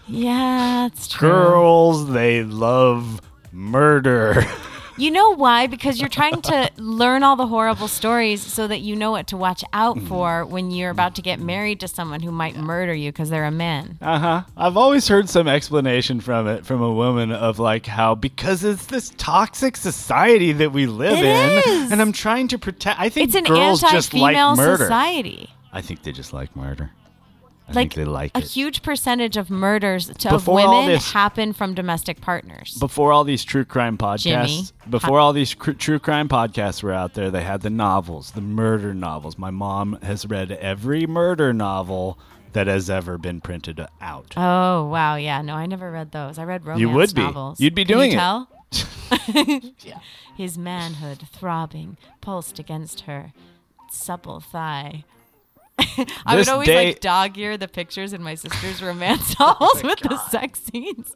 Speaker 2: Yeah, it's true.
Speaker 1: Girls, they love murder.
Speaker 2: You know why? Because you're trying to learn all the horrible stories so that you know what to watch
Speaker 1: Mm-hmm.
Speaker 2: out for when you're about to get married to someone who might murder you because they're a man.
Speaker 1: Uh huh. I've always heard some explanation from it from a woman of like how because it's this toxic society that we live
Speaker 2: It
Speaker 1: in,
Speaker 2: is.
Speaker 1: and I'm trying to protect. I think
Speaker 2: It's an
Speaker 1: girls just like
Speaker 2: anti-female
Speaker 1: murder.
Speaker 2: society.
Speaker 1: I think they just like murder. I
Speaker 2: Like,
Speaker 1: think they like
Speaker 2: a
Speaker 1: it.
Speaker 2: huge percentage of murders to, of
Speaker 1: Before all
Speaker 2: women
Speaker 1: this-
Speaker 2: happen from domestic partners.
Speaker 1: before all these true crime podcasts,
Speaker 2: Jimmy.
Speaker 1: before all these cr- true crime podcasts were out there, they had the novels, the murder novels. My mom has read every murder novel that has ever been printed out.
Speaker 2: Oh wow, yeah. No, I never read those. I read romance
Speaker 1: You would be.
Speaker 2: novels.
Speaker 1: You'd be
Speaker 2: Can
Speaker 1: doing
Speaker 2: you
Speaker 1: it.
Speaker 2: tell? His manhood throbbing, pulsed against her supple thigh. I
Speaker 1: This
Speaker 2: would always
Speaker 1: day- Oh
Speaker 2: like dog ear the pictures in my sister's romance novels with the sex scenes.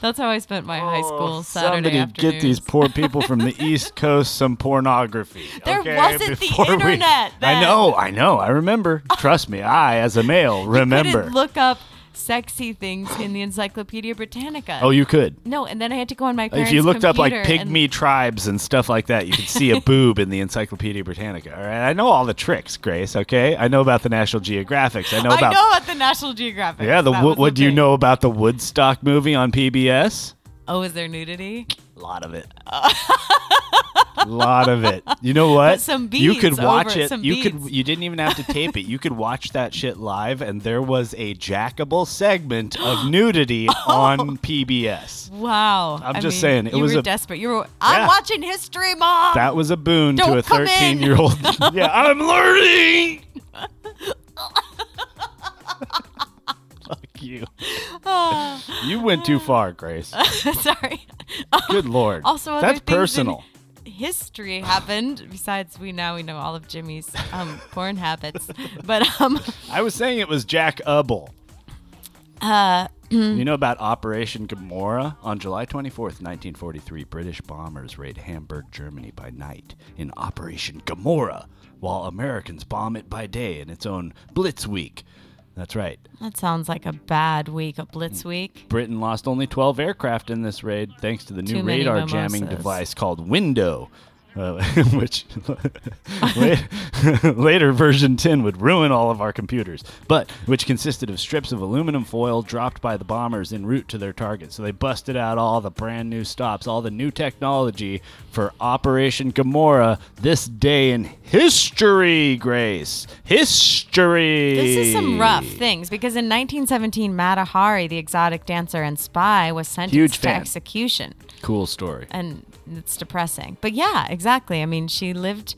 Speaker 2: That's how I spent my high school Saturday
Speaker 1: Somebody
Speaker 2: afternoon.
Speaker 1: get these poor people from the East Coast some pornography.
Speaker 2: There
Speaker 1: okay,
Speaker 2: wasn't the
Speaker 1: before we-
Speaker 2: internet
Speaker 1: I
Speaker 2: then.
Speaker 1: know, I know, I remember. Trust me, I, as a male, remember.
Speaker 2: Couldn't look up sexy things in the Encyclopedia Britannica.
Speaker 1: Oh, you could.
Speaker 2: No, and then I had to go on my parents'
Speaker 1: If you looked up like
Speaker 2: computer and-
Speaker 1: pygmy tribes and stuff like that, you could see a boob in the Encyclopedia Britannica. All right, I know all the tricks, Grace. Okay, I know about the National Geographics. I know
Speaker 2: I
Speaker 1: about
Speaker 2: know at the National Geographic.
Speaker 1: yeah. The
Speaker 2: That
Speaker 1: wo-
Speaker 2: was
Speaker 1: what do you know about the Woodstock movie on PBS?
Speaker 2: Oh, is there nudity?
Speaker 1: A lot of it. A lot of it. You know what?
Speaker 2: But some
Speaker 1: you could
Speaker 2: beads
Speaker 1: watch
Speaker 2: over-
Speaker 1: it.
Speaker 2: some
Speaker 1: you could.
Speaker 2: beads.
Speaker 1: You didn't even have to tape it. You could watch that shit live, and there was a jackable segment of nudity on PBS.
Speaker 2: Wow.
Speaker 1: I'm
Speaker 2: I
Speaker 1: just
Speaker 2: mean,
Speaker 1: saying, it
Speaker 2: you
Speaker 1: was
Speaker 2: were
Speaker 1: a-
Speaker 2: desperate. You were. I'm
Speaker 1: Yeah.
Speaker 2: watching History, Mom.
Speaker 1: That was a boon
Speaker 2: Don't
Speaker 1: to a
Speaker 2: come in.
Speaker 1: 13 year old. yeah, I'm learning. Fuck you.
Speaker 2: Ah.
Speaker 1: You went too far, Grace.
Speaker 2: Sorry.
Speaker 1: Good lord.
Speaker 2: Also, other
Speaker 1: that's
Speaker 2: things in
Speaker 1: personal.
Speaker 2: History happened. Besides, we now we know all of Jimmy's um, porn habits. But um,
Speaker 1: I was saying it was Jack Ubble.
Speaker 2: uh,
Speaker 1: You know about Operation Gomorrah? On July 24th, 1943, British bombers raid Hamburg, Germany by night in Operation Gomorrah, while Americans bomb it by day in its own Blitz Week. That's right.
Speaker 2: that sounds like a bad week, a blitz week.
Speaker 1: Britain lost only 12 aircraft in this raid thanks to the new
Speaker 2: Too many
Speaker 1: radar jamming
Speaker 2: mimosas.
Speaker 1: device called Window, uh, which la- later version 10 would ruin all of our computers, but which consisted of strips of aluminum foil dropped by the bombers en route to their target. So they busted out all the brand new stops, all the new technology for Operation Gomorrah this day in history, Grace. History.
Speaker 2: This is some rough things because in 1917, Mata Hari, the exotic dancer and spy, was sentenced
Speaker 1: Huge
Speaker 2: to
Speaker 1: fan.
Speaker 2: execution.
Speaker 1: Cool story.
Speaker 2: And it's depressing. But yeah, exactly. I mean, she lived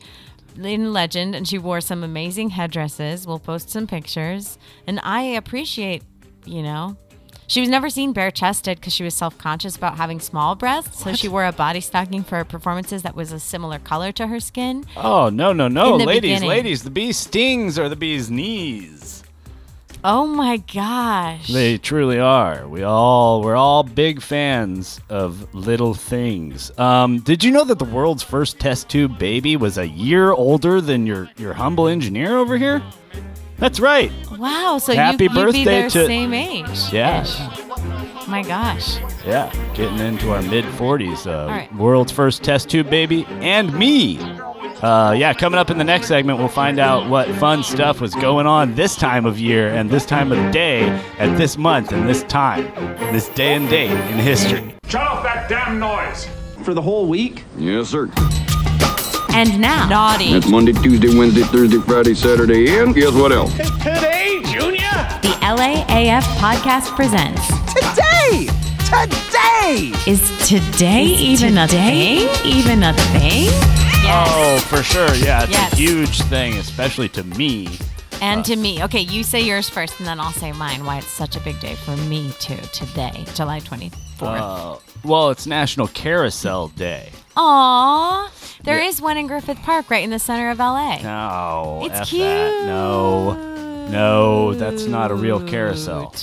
Speaker 2: in legend and she wore some amazing headdresses. We'll post some pictures. And I appreciate, you know, she was never seen bare chested because she was self conscious about having small breasts. So she wore a body stocking for her performances that was a similar color to her skin.
Speaker 1: Oh no no no,
Speaker 2: In the
Speaker 1: ladies,
Speaker 2: beginning.
Speaker 1: ladies! The bee stings or the bee's knees.
Speaker 2: Oh my gosh.
Speaker 1: They truly are. We all we're all big fans of little things. Um, did you know that the world's first test tube baby was a year older than your your humble engineer over here? That's right.
Speaker 2: Wow. So
Speaker 1: Happy
Speaker 2: you, you'd be
Speaker 1: birthday
Speaker 2: their
Speaker 1: to-
Speaker 2: same age. Oh
Speaker 1: Yeah.
Speaker 2: My gosh.
Speaker 1: Yeah, getting into our mid 40s. Uh,
Speaker 2: right.
Speaker 1: World's first test tube baby and me. Uh, yeah, coming up in the next segment, we'll find out what fun stuff was going on this time of year and this time of day at this month and this time, this day and date in history.
Speaker 4: Shut off that damn noise.
Speaker 14: For the whole week?
Speaker 15: Yes, sir.
Speaker 2: And now. Naughty.
Speaker 15: That's Monday, Tuesday, Wednesday, Thursday, Friday, Saturday, and guess what else?
Speaker 2: Today, Junior. The LAAF podcast presents.
Speaker 16: Today! Today!
Speaker 2: Is today even a thing? Even a thing?
Speaker 1: Oh, for sure. Yeah, it's
Speaker 2: Yes.
Speaker 1: a huge thing, especially to me.
Speaker 2: And to me. Okay, you say yours first, and then I'll say mine. Why it's such a big day for me too today, July 20th.
Speaker 1: Uh, well, it's National Carousel Day.
Speaker 2: Aw, there is one in Griffith Park, right in the center of LA.
Speaker 1: No,
Speaker 2: It's
Speaker 1: Oh, F That. No, no, that's not a real carousel.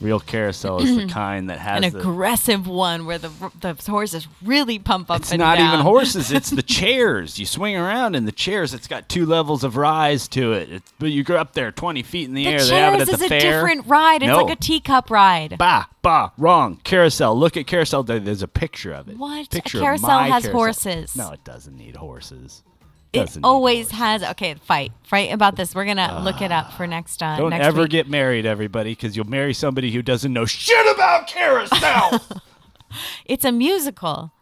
Speaker 1: Real carousel is the kind that has
Speaker 2: An
Speaker 1: the-
Speaker 2: aggressive one where the the horses really pump up.
Speaker 1: It's
Speaker 2: and
Speaker 1: not even
Speaker 2: down.
Speaker 1: horses. It's the chairs. You swing around in the chairs. It's got two levels of rise to it. It's, but you go up there twenty feet in the,
Speaker 2: The
Speaker 1: air.
Speaker 2: chairs
Speaker 1: they have it at
Speaker 2: is
Speaker 1: the
Speaker 2: a
Speaker 1: fair.
Speaker 2: different ride. It's
Speaker 1: no.
Speaker 2: like a teacup ride.
Speaker 1: Bah, bah, wrong. Carousel. Look at carousel. There- There's a picture of it.
Speaker 2: What? A
Speaker 1: Picture
Speaker 2: carousel
Speaker 1: of my
Speaker 2: has
Speaker 1: carousel.
Speaker 2: horses.
Speaker 1: No, it doesn't need horses.
Speaker 2: It
Speaker 1: doesn't need Ah.
Speaker 2: always has. Okay, fight, fight about this. We're gonna look it up for next time.
Speaker 1: Don't
Speaker 2: next
Speaker 1: ever
Speaker 2: week.
Speaker 1: get married, everybody, because you'll marry somebody who doesn't know shit about carousel.
Speaker 2: It's a musical.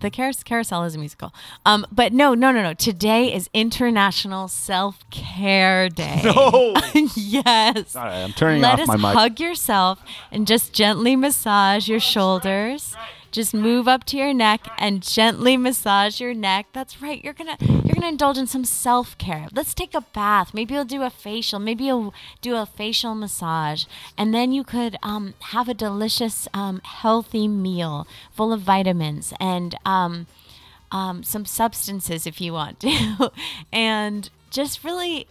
Speaker 2: The carous- carousel is a musical. Um, but no, no, no, no. Today is International Self Care Day.
Speaker 1: No.
Speaker 2: yes.
Speaker 1: All right, I'm turning
Speaker 2: Let
Speaker 1: off
Speaker 2: us
Speaker 1: my mic.
Speaker 2: hug yourself and just gently massage your shoulders. Just move up to your neck and gently massage your neck. That's right. You're gonna you're gonna indulge in some self care. Let's take a bath. Maybe you'll do a facial. Maybe you'll do a facial massage, and then you could um, have a delicious, um, healthy meal full of vitamins and um, um, some substances if you want to, and just really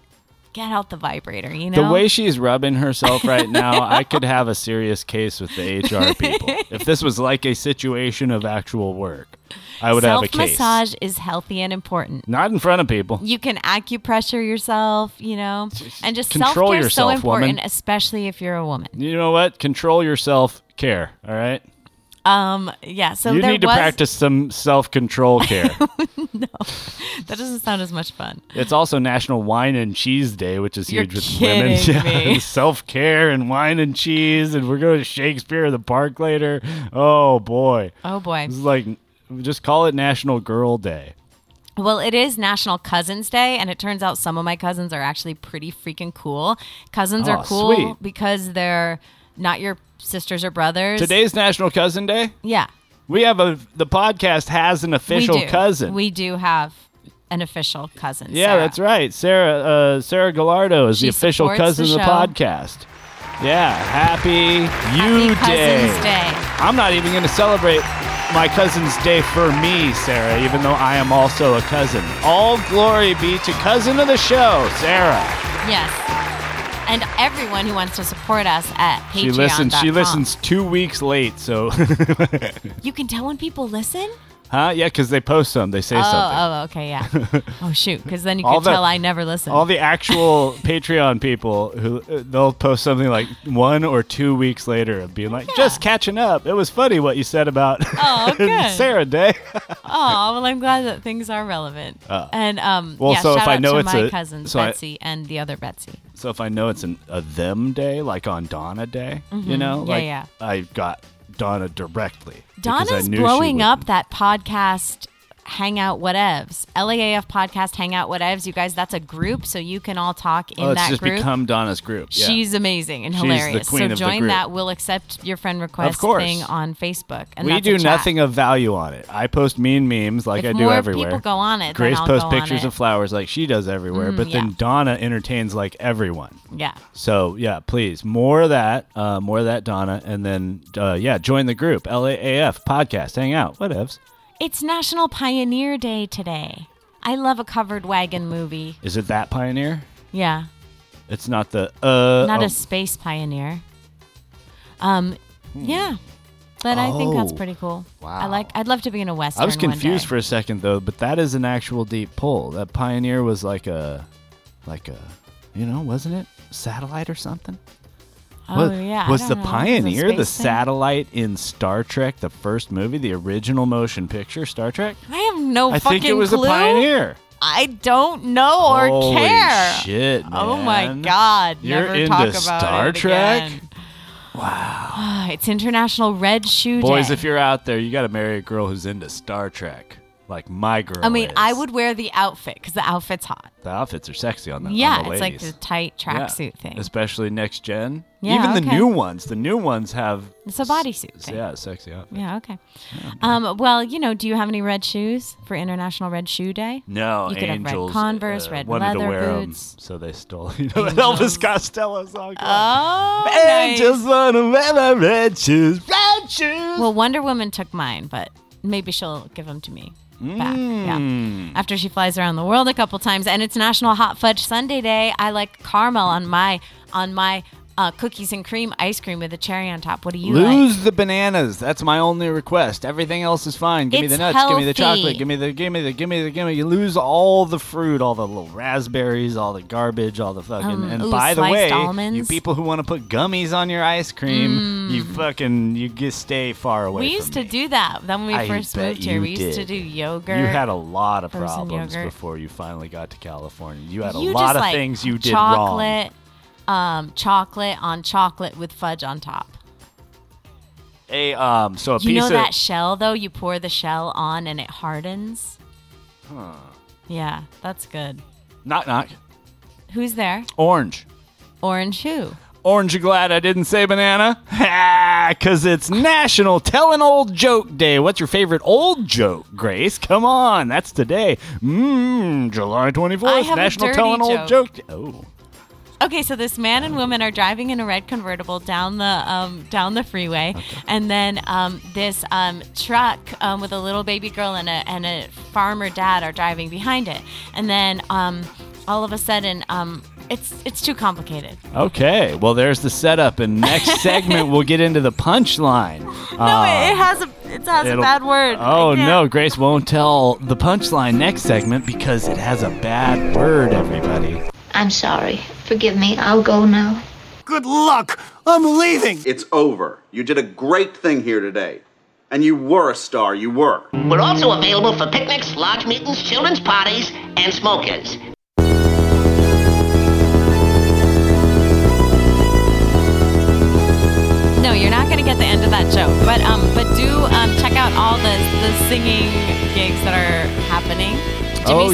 Speaker 2: get out the vibrator. You know
Speaker 1: The way she's rubbing herself right now, I could have a serious case with the HR people. if this was like a situation of actual work, I would have a case.
Speaker 2: Self-massage is healthy and important.
Speaker 1: Not in front of people.
Speaker 2: You can acupressure yourself, you know, and just
Speaker 1: Control
Speaker 2: self care is so
Speaker 1: yourself, woman.
Speaker 2: important, especially if you're a woman.
Speaker 1: You know what? Control yourself care, all right?
Speaker 2: Um, yeah. So
Speaker 1: you
Speaker 2: there
Speaker 1: need to
Speaker 2: was
Speaker 1: practice some self control care.
Speaker 2: that doesn't sound as much fun.
Speaker 1: it's also National Wine and Cheese Day, which is
Speaker 2: You're
Speaker 1: huge with
Speaker 2: kidding
Speaker 1: women.
Speaker 2: me.
Speaker 1: self care and wine and cheese, and we're going to Shakespeare in the Park later. Oh, boy.
Speaker 2: Oh boy.
Speaker 1: This is like, just call it National Girl Day.
Speaker 2: Well, it is National Cousins Day, and it turns out some of my cousins are actually pretty freaking cool. Cousins
Speaker 1: Aw,
Speaker 2: are cool
Speaker 1: sweet.
Speaker 2: because they're not your sisters or brothers.
Speaker 1: Today's National Cousin Day.
Speaker 2: yeah,
Speaker 1: We have a the podcast has an
Speaker 2: we
Speaker 1: official
Speaker 2: do.
Speaker 1: cousin.
Speaker 2: We do have an official cousin.
Speaker 1: yeah,
Speaker 2: Sarah.
Speaker 1: that's right. Sarah uh, Sarah Gallardo is
Speaker 2: She
Speaker 1: the official
Speaker 2: supports
Speaker 1: cousin
Speaker 2: the
Speaker 1: of the
Speaker 2: show.
Speaker 1: podcast. Yeah, happy you
Speaker 2: Cousins Day.
Speaker 1: I'm not even going to celebrate my cousin's day for me, Sarah, even though I am also a cousin. All glory be to cousin of the show, Sarah.
Speaker 2: Yes. And everyone who wants to support us at Patreon.
Speaker 1: She listens. She listens two weeks late, so huh?
Speaker 2: You can tell when people listen?
Speaker 1: Yeah, because they post some. They say
Speaker 2: oh,
Speaker 1: something.
Speaker 2: oh, okay, yeah. oh, shoot. Because then you
Speaker 1: All
Speaker 2: can
Speaker 1: the-
Speaker 2: tell I never listen.
Speaker 1: All the actual Patreon people who uh, they'll post something like one or two weeks later of being like, just catching up. It was funny what you said about
Speaker 2: Oh, good.
Speaker 1: Sarah Day.
Speaker 2: oh, well, I'm glad that things are relevant.
Speaker 1: Uh,
Speaker 2: and um,
Speaker 1: well,
Speaker 2: yeah,
Speaker 1: so
Speaker 2: shout
Speaker 1: if I
Speaker 2: out
Speaker 1: know
Speaker 2: to
Speaker 1: it's
Speaker 2: my
Speaker 1: a-
Speaker 2: cousins,
Speaker 1: so I-
Speaker 2: Betsy and the other Betsy.
Speaker 1: so if I know it's an, a them day, like on Donna Day, you
Speaker 2: Mhm.
Speaker 1: know,
Speaker 2: Yeah,
Speaker 1: like
Speaker 2: yeah.
Speaker 1: I got Donna directly. because I
Speaker 2: Donna's
Speaker 1: knew she
Speaker 2: blowing
Speaker 1: would-
Speaker 2: up that podcast Hangout Whatevs. LAAF podcast Hangout Whatevs. You guys, that's a group, so you can all talk in
Speaker 1: Oh, it's
Speaker 2: that
Speaker 1: just
Speaker 2: group.
Speaker 1: become Donna's group. Yeah.
Speaker 2: She's amazing and
Speaker 1: She's the
Speaker 2: hilarious.
Speaker 1: queen
Speaker 2: so
Speaker 1: of the
Speaker 2: join
Speaker 1: group.
Speaker 2: that. We'll accept your friend request
Speaker 1: course.
Speaker 2: thing on Facebook. And
Speaker 1: we
Speaker 2: that's a
Speaker 1: do
Speaker 2: chat.
Speaker 1: nothing of value on it. I post mean memes like
Speaker 2: If
Speaker 1: I do
Speaker 2: more
Speaker 1: everywhere.
Speaker 2: people go on it, then
Speaker 1: Grace
Speaker 2: I'll
Speaker 1: posts
Speaker 2: go on
Speaker 1: pictures
Speaker 2: it.
Speaker 1: of flowers like she does everywhere,
Speaker 2: Mm,
Speaker 1: but
Speaker 2: yeah.
Speaker 1: then Donna entertains like everyone.
Speaker 2: Yeah.
Speaker 1: So yeah, please more of that, uh, more of that, Donna, and then uh, yeah, join the group LAAF podcast, hang out, whatevs.
Speaker 2: It's National Pioneer Day today. I love a covered wagon movie.
Speaker 1: Is it that pioneer?
Speaker 2: Yeah.
Speaker 1: It's not the uh.
Speaker 2: Not
Speaker 1: oh,
Speaker 2: a space pioneer. Um, yeah, but I think that's
Speaker 1: hmm. Oh.
Speaker 2: pretty cool. Wow. I like. I'd love to be in a western.
Speaker 1: I was
Speaker 2: one
Speaker 1: confused
Speaker 2: day.
Speaker 1: for a second though, but that is an actual deep pull. That Pioneer was like a, like a, you know, wasn't it satellite or something?
Speaker 2: Oh
Speaker 1: was,
Speaker 2: yeah. I
Speaker 1: Was
Speaker 2: don't
Speaker 1: the
Speaker 2: know. It was a
Speaker 1: Pioneer the
Speaker 2: space thing.
Speaker 1: satellite in Star Trek, the first movie, the original motion picture Star Trek?
Speaker 2: I have no
Speaker 1: I
Speaker 2: Oh, fucking
Speaker 1: think it was
Speaker 2: clue.
Speaker 1: a Pioneer.
Speaker 2: I don't know or
Speaker 1: Holy
Speaker 2: care.
Speaker 1: Shit,
Speaker 2: Oh my
Speaker 1: man.
Speaker 2: God!
Speaker 1: You're
Speaker 2: Never
Speaker 1: into
Speaker 2: talk about
Speaker 1: Star
Speaker 2: it
Speaker 1: Trek?
Speaker 2: again. Wow. it's International Red Shoe
Speaker 1: Boys,
Speaker 2: Day.
Speaker 1: if you're out there, you got to marry a girl who's into Star Trek, like my girl.
Speaker 2: I mean,
Speaker 1: is.
Speaker 2: I would wear the outfit because the outfit's hot.
Speaker 1: the outfits are sexy on the on
Speaker 2: yeah,
Speaker 1: the
Speaker 2: it's like
Speaker 1: ladies.
Speaker 2: the tight
Speaker 1: Yeah.
Speaker 2: tracksuit thing.
Speaker 1: especially next gen.
Speaker 2: Yeah,
Speaker 1: even the
Speaker 2: okay.
Speaker 1: new ones. The new ones have
Speaker 2: It's a bodysuit thing.
Speaker 1: yeah, sexy outfits.
Speaker 2: Yeah, okay. Um, well, you know, do you have any red shoes for International Red Shoe Day?
Speaker 1: No,
Speaker 2: you could have
Speaker 1: Angels
Speaker 2: red Converse,
Speaker 1: uh,
Speaker 2: red
Speaker 1: wanted
Speaker 2: leather
Speaker 1: to wear 'em,
Speaker 2: boots.
Speaker 1: so they stole. You know, that Elvis Costello song.
Speaker 2: Oh,
Speaker 1: Angels wanna wear my red shoes.
Speaker 2: Red shoes. Well, Wonder Woman took mine, but maybe she'll give them to me back.
Speaker 1: Mm.
Speaker 2: Yeah. After she flies around the world a couple times, and it's National Hot Fudge Sunday Day. I like caramel on my on my uh, cookies and cream ice cream with a cherry on top. What do you like?
Speaker 1: Lose the bananas. That's my only request. Everything else is fine. Give me the
Speaker 2: It's
Speaker 1: nuts. Give me the chocolate.
Speaker 2: healthy.
Speaker 1: Give me the. Give me the. Give me the. Give me. You lose all the fruit, all the little raspberries, all the garbage, all the fucking.
Speaker 2: Um,
Speaker 1: and
Speaker 2: ooh,
Speaker 1: by the
Speaker 2: sliced
Speaker 1: way, you
Speaker 2: almonds. Mm.
Speaker 1: people who want to put gummies on your ice cream, you fucking you just stay far away.
Speaker 2: We
Speaker 1: from
Speaker 2: used to do that. Then when we
Speaker 1: I
Speaker 2: first
Speaker 1: bet
Speaker 2: moved here,
Speaker 1: you
Speaker 2: we used to
Speaker 1: did.
Speaker 2: do yogurt.
Speaker 1: You had a lot of
Speaker 2: frozen
Speaker 1: problems
Speaker 2: yogurt.
Speaker 1: before you finally got to California. You had a
Speaker 2: You
Speaker 1: lot
Speaker 2: just
Speaker 1: of
Speaker 2: like
Speaker 1: things you did wrong.
Speaker 2: chocolate, Um, chocolate on chocolate with fudge on top.
Speaker 1: A um, so a
Speaker 2: you
Speaker 1: piece
Speaker 2: know
Speaker 1: of
Speaker 2: that shell though? You pour the shell on and it hardens.
Speaker 1: Huh.
Speaker 2: Yeah, that's good.
Speaker 1: knock knock
Speaker 2: Who's there?
Speaker 1: orange.
Speaker 2: Orange who?
Speaker 1: Orange, you glad I didn't say banana? Ha! Because it's National Tell an Old Joke Day. What's your favorite old joke, Grace? Come on, that's today. Mmm, July 24th,
Speaker 2: I have a
Speaker 1: National
Speaker 2: dirty
Speaker 1: Tell an Old Joke
Speaker 2: joke.
Speaker 1: Day. Oh.
Speaker 2: Okay, so this man and woman are driving in a red convertible down the um, down the freeway, and then um, this um, truck um, with a little baby girl and a and a farmer dad are driving behind it, and then um, all of a sudden, um, it's it's too complicated.
Speaker 1: Okay, well, there's the setup, and next segment we'll get into the punchline. No,
Speaker 2: it has a it has a
Speaker 1: Ah. it'll-
Speaker 2: bad word.
Speaker 1: Oh no, Grace won't tell the punchline next segment because it has a bad word, everybody.
Speaker 12: I'm sorry. Forgive me. I'll go now.
Speaker 14: Good luck! I'm leaving! It's over. You did a great thing here today. And you were a star, you were.
Speaker 17: We're also available for picnics, lodge meetings, children's parties, and smoke-ins.
Speaker 2: No, you're not gonna get the end of that joke. But um, but do um, check out all the the singing gigs that are happening. Jimmy's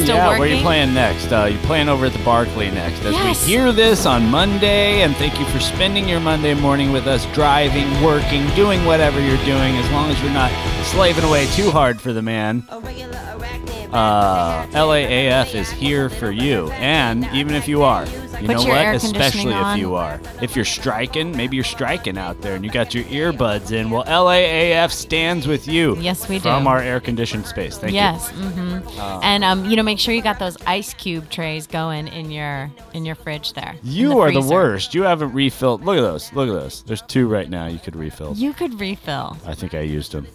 Speaker 1: oh
Speaker 2: still
Speaker 1: yeah,
Speaker 2: working.
Speaker 1: where are you playing next? Uh, you're playing over at the Barclay next. As
Speaker 2: Yes.
Speaker 1: we hear this on Monday, and thank you for spending your Monday morning with us, driving, working, doing whatever you're doing, as long as you're not slaving away too hard for the man. Uh, LAAF is here for you, and even if you are, you
Speaker 2: Put
Speaker 1: know
Speaker 2: your
Speaker 1: what?
Speaker 2: air
Speaker 1: Especially
Speaker 2: conditioning
Speaker 1: if
Speaker 2: on.
Speaker 1: you are, if you're striking, maybe you're striking out there, and you got your earbuds in. Well, LAAF stands with you.
Speaker 2: Yes, we do.
Speaker 1: From our air-conditioned space. Thank
Speaker 2: yes.
Speaker 1: you.
Speaker 2: Mm-hmm.
Speaker 1: Um,
Speaker 2: and um, you know, make sure you got those ice cube trays going in your in your fridge there. in
Speaker 1: You are the
Speaker 2: freezer.
Speaker 1: worst. You haven't refilled. Look at those. Look at those. There's two right now you could refill.
Speaker 2: You could refill.
Speaker 1: I think I used them.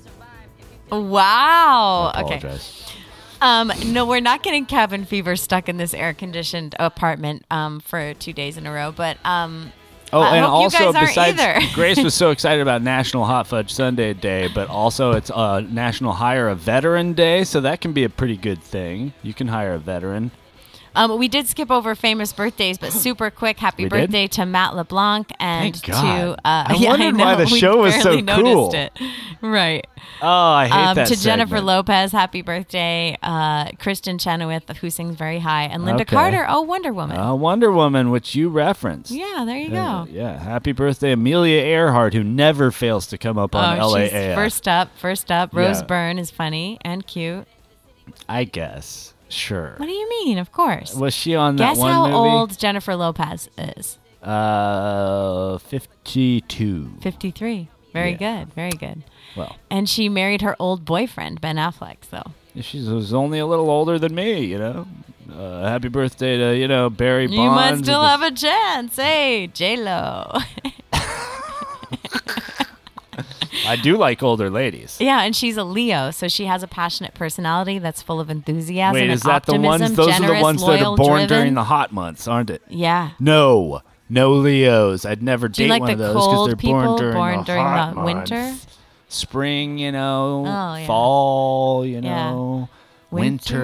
Speaker 2: Wow.
Speaker 1: I
Speaker 2: okay.
Speaker 1: apologize.
Speaker 2: Um, no, we're not getting cabin fever stuck in this air conditioned apartment um, for two days in a row. But um,
Speaker 1: Oh,
Speaker 2: I
Speaker 1: and
Speaker 2: hope
Speaker 1: also
Speaker 2: you guys aren't
Speaker 1: besides,
Speaker 2: either.
Speaker 1: Grace was so excited about National Hot Fudge Sunday Day, but also it's uh, National Hire a Veteran Day, so that can be a pretty good thing. You can hire a veteran.
Speaker 2: Um, we did skip over famous birthdays, but super quick. Happy
Speaker 1: We did?
Speaker 2: birthday to Matt LeBlanc and
Speaker 1: Thank God.
Speaker 2: to. Uh,
Speaker 1: I
Speaker 2: yeah,
Speaker 1: wondered why the
Speaker 2: know, we
Speaker 1: show was so
Speaker 2: barely noticed
Speaker 1: cool.
Speaker 2: it. Right.
Speaker 1: Oh, I hate
Speaker 2: um,
Speaker 1: that.
Speaker 2: to Jennifer
Speaker 1: segment.
Speaker 2: Lopez, happy birthday. Uh, Kristen Chenoweth, who sings very high, and Linda
Speaker 1: Okay.
Speaker 2: Carter, oh Wonder Woman.
Speaker 1: Uh, Wonder Woman, which you referenced.
Speaker 2: yeah, there you go.
Speaker 1: Uh, yeah. Happy birthday, Amelia Earhart, who never fails to come up on
Speaker 2: oh, she's
Speaker 1: LAAF.
Speaker 2: first up, first up. Rose
Speaker 1: Yeah.
Speaker 2: Byrne is funny and cute.
Speaker 1: I guess. Sure.
Speaker 2: What do you mean? Of course.
Speaker 1: Was she on that
Speaker 2: Guess
Speaker 1: one
Speaker 2: how
Speaker 1: movie?
Speaker 2: old Jennifer Lopez is?
Speaker 1: Uh, 52.
Speaker 2: 53. Very good. Very good.
Speaker 1: Well,
Speaker 2: And she married her old boyfriend, Ben Affleck, so.
Speaker 1: she was only a little older than me, you know? Uh, uh, happy birthday to you know Barry Bonds.
Speaker 2: You might still
Speaker 1: and
Speaker 2: have a chance. Hey, J Lo.
Speaker 1: the- I do like older ladies.
Speaker 2: yeah, and she's a Leo, so she has a passionate personality that's full of enthusiasm.
Speaker 1: Wait,
Speaker 2: and
Speaker 1: is that the
Speaker 2: optimism,
Speaker 1: ones? Those are the
Speaker 2: generous,
Speaker 1: ones that are
Speaker 2: loyal,
Speaker 1: born
Speaker 2: driven.
Speaker 1: during the hot months, aren't it?
Speaker 2: Yeah.
Speaker 1: No, no Leos. I'd never
Speaker 2: Do
Speaker 1: date
Speaker 2: you like
Speaker 1: one
Speaker 2: the
Speaker 1: of those because
Speaker 2: cold
Speaker 1: they're
Speaker 2: people
Speaker 1: born during the, hot months.
Speaker 2: winter?
Speaker 1: Spring, you know,
Speaker 2: Oh, yeah.
Speaker 1: fall, you
Speaker 2: Yeah.
Speaker 1: know,
Speaker 2: Winter.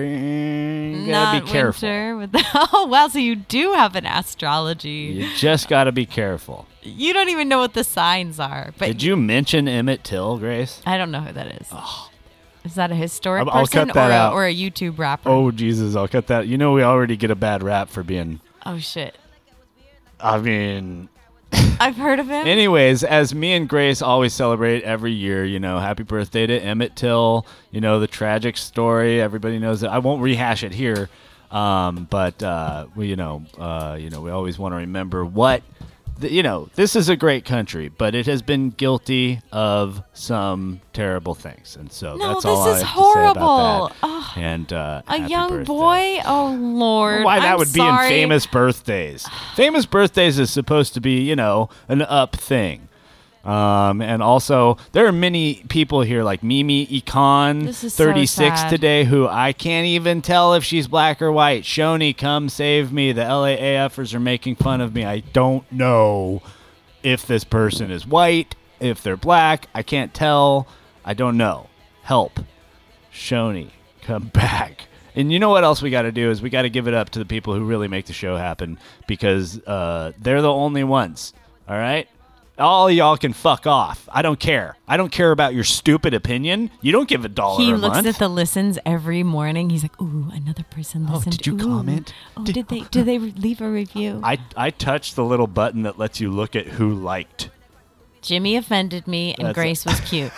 Speaker 1: winter. eh, You gotta
Speaker 2: Not
Speaker 1: be careful.
Speaker 2: winter with the- oh wow, so you do have an astrology.
Speaker 1: You just gotta be careful.
Speaker 2: You don't even know what the signs are, but
Speaker 1: Did you mention Emmett Till, Grace?
Speaker 2: I don't know who that is. Is that a historic
Speaker 1: Oh. I'll- I'll
Speaker 2: person
Speaker 1: cut that
Speaker 2: or,
Speaker 1: out.
Speaker 2: A, or a YouTube rapper?
Speaker 1: Oh Jesus, I'll cut that. You know we already get a bad rap for being.
Speaker 2: Oh, shit.
Speaker 1: I mean,
Speaker 2: I've heard of him.
Speaker 1: Anyways, as me and Grace always celebrate every year, you know, happy birthday to Emmett Till. You know, the tragic story. Everybody knows it. I won't rehash it here, um, but uh, we, you know, uh, you know, we always want to remember what. th- You know, this is a great country, but it has been guilty of some terrible things, and so
Speaker 2: No,
Speaker 1: that's
Speaker 2: this
Speaker 1: all I have
Speaker 2: is
Speaker 1: to say
Speaker 2: horrible.
Speaker 1: about
Speaker 2: Ugh.
Speaker 1: that. And uh,
Speaker 2: a
Speaker 1: happy
Speaker 2: young
Speaker 1: birthday.
Speaker 2: boy? Oh lord.
Speaker 1: Why that
Speaker 2: I'm
Speaker 1: would
Speaker 2: sorry.
Speaker 1: be in famous birthdays. famous birthdays is supposed to be, you know, an up thing. Um, and also, there are many people here like Mimi Econ,
Speaker 2: This is so
Speaker 1: 36
Speaker 2: sad.
Speaker 1: today, who I can't even tell if she's black or white. Shoni, come save me. The LAAFers are making fun of me. I don't know if this person is white, if they're black. I can't tell. I don't know. Help. Shoni, come back. And you know what else we got to do is we got to give it up to the people who really make the show happen because uh, they're the only ones. All right? All y'all can fuck off. I don't care. I don't care about your stupid opinion. You don't give a dollar
Speaker 2: He
Speaker 1: a
Speaker 2: looks
Speaker 1: month.
Speaker 2: at the listens every morning. He's like, "Ooh, another person listened."
Speaker 1: Oh, did you
Speaker 2: Ooh.
Speaker 1: comment?
Speaker 2: Oh, did, they? Did they re- leave a review?
Speaker 1: I, I touched the little button that lets you look at who liked.
Speaker 2: Jimmy offended me, and
Speaker 1: That's
Speaker 2: Grace was cute.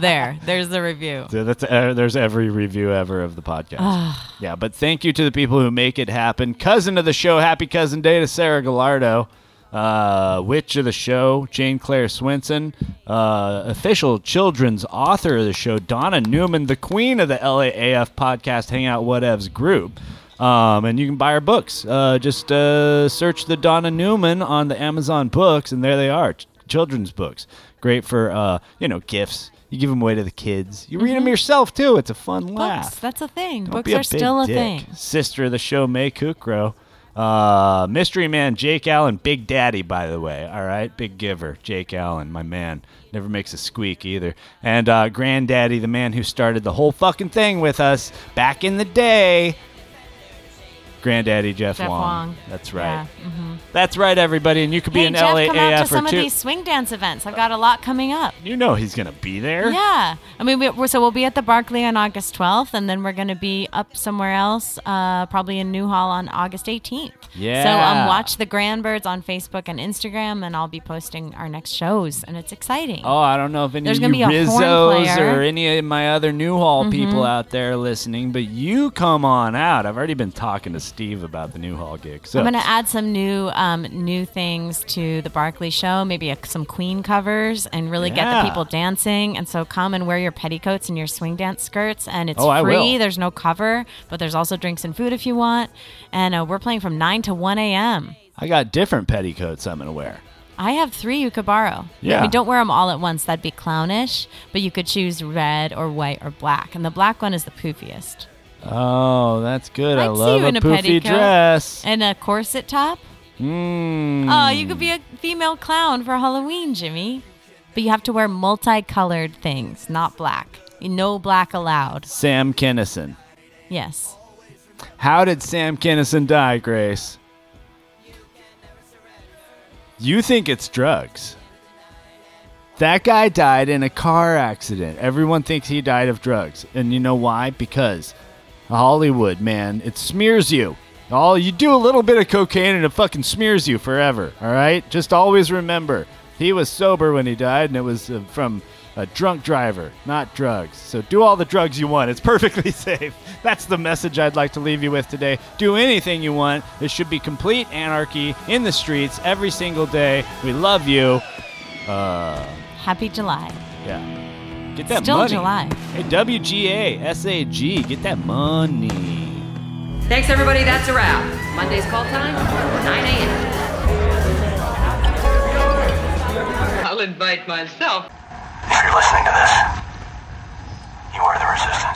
Speaker 2: there, there's the review.
Speaker 1: So that's uh, there's every review ever of the podcast.
Speaker 2: Ah.
Speaker 1: yeah, but thank you to the people who make it happen. Cousin of the show, happy cousin day to Sarah Gallardo. Uh, witch of the show, Jane Claire Swenson. Uh, official children's author of the show, Donna Newman, the queen of the LAAF podcast Hangout Whatevs group. Um, and you can buy her books. Uh, just uh, search the Donna Newman on the Amazon books, and there they are, ch- children's books. Great for uh, you know gifts. You give them away to the kids. You read them yourself too. It's a fun laugh.
Speaker 2: Books. That's a thing.
Speaker 1: Don't
Speaker 2: Books
Speaker 1: be a
Speaker 2: are still a
Speaker 1: big dick.
Speaker 2: thing.
Speaker 1: Sister of the show, May Kukro. Uh, mystery man Jake Allen, Big Daddy, by the way. All right, big giver, Jake Allen, my man. Never makes a squeak either. And uh, Granddaddy, the man who started the whole fucking thing with us back in the day. Granddaddy Jeff,
Speaker 2: Jeff
Speaker 1: Wong.
Speaker 2: Wong.
Speaker 1: That's right.
Speaker 2: Yeah, mhm.
Speaker 1: That's right, everybody. And you could be
Speaker 2: hey,
Speaker 1: an
Speaker 2: Jeff,
Speaker 1: LAAF
Speaker 2: come out to some
Speaker 1: or
Speaker 2: of
Speaker 1: two.
Speaker 2: these swing dance events. I've got a lot coming up.
Speaker 1: You know he's gonna be there.
Speaker 2: Yeah, I mean, we, we're, so we'll be at the Barclay on August 12th, and then we're going to be up somewhere else, uh, probably in Newhall on August 18th. So
Speaker 1: Yeah.
Speaker 2: um, watch the Grandbirds on Facebook and Instagram, and I'll be posting our next shows, and it's exciting.
Speaker 1: Oh, I don't know if any
Speaker 2: There's
Speaker 1: of
Speaker 2: gonna
Speaker 1: you
Speaker 2: be a horn
Speaker 1: Rizzos
Speaker 2: player.
Speaker 1: or any of my other Newhall people
Speaker 2: Mhm.
Speaker 1: out there listening, but you come on out. I've already been talking to Steve about the Newhall gig. So
Speaker 2: I'm going to add some new um, new things to the Barclay show, maybe a, some Queen covers, and really get
Speaker 1: Yeah.
Speaker 2: the people dancing. And so come and wear your petticoats and your swing dance skirts, and it's
Speaker 1: Oh, I
Speaker 2: free.
Speaker 1: will.
Speaker 2: There's no cover, but there's also drinks and food if you want. And uh, we're playing from 9 to 1 a.m.
Speaker 1: I got different petticoats I'm going to wear.
Speaker 2: I have three you could borrow.
Speaker 1: Yeah.
Speaker 2: I mean, don't wear them all at once. That'd be clownish. But you could choose red or white or black. And the black one is the poofiest.
Speaker 1: Oh, that's good. I
Speaker 2: I'd see
Speaker 1: love
Speaker 2: you
Speaker 1: a
Speaker 2: in a
Speaker 1: poofy
Speaker 2: petticoat.
Speaker 1: dress.
Speaker 2: And a corset top.
Speaker 1: Mm.
Speaker 2: Oh, you could be a female clown for Halloween, Jimmy. But you have to wear multicolored things, not black. No black allowed.
Speaker 1: Sam Kennison.
Speaker 2: Yes.
Speaker 1: How did Sam Kennison die, Grace? You think it's drugs. That guy died in a car accident. Everyone thinks he died of drugs. And you know why? Because Hollywood, man, it smears you. All you do a little bit of cocaine and it fucking smears you forever. All right? Just always remember. He was sober when he died and it was uh, from a drunk driver, not drugs. So do all the drugs you want. It's perfectly safe. That's the message I'd like to leave you with today. Do anything you want. There should be complete anarchy in the streets every single day. We love you. Uh
Speaker 2: Happy July.
Speaker 1: yeah. Get that
Speaker 2: Still
Speaker 1: money.
Speaker 2: July.
Speaker 1: Hey, WGA, SAG, get that money.
Speaker 8: Thanks, everybody. That's a wrap. Monday's call time, 9 a.m.
Speaker 18: I'll invite myself.
Speaker 19: If you're listening to this, you are the resistance.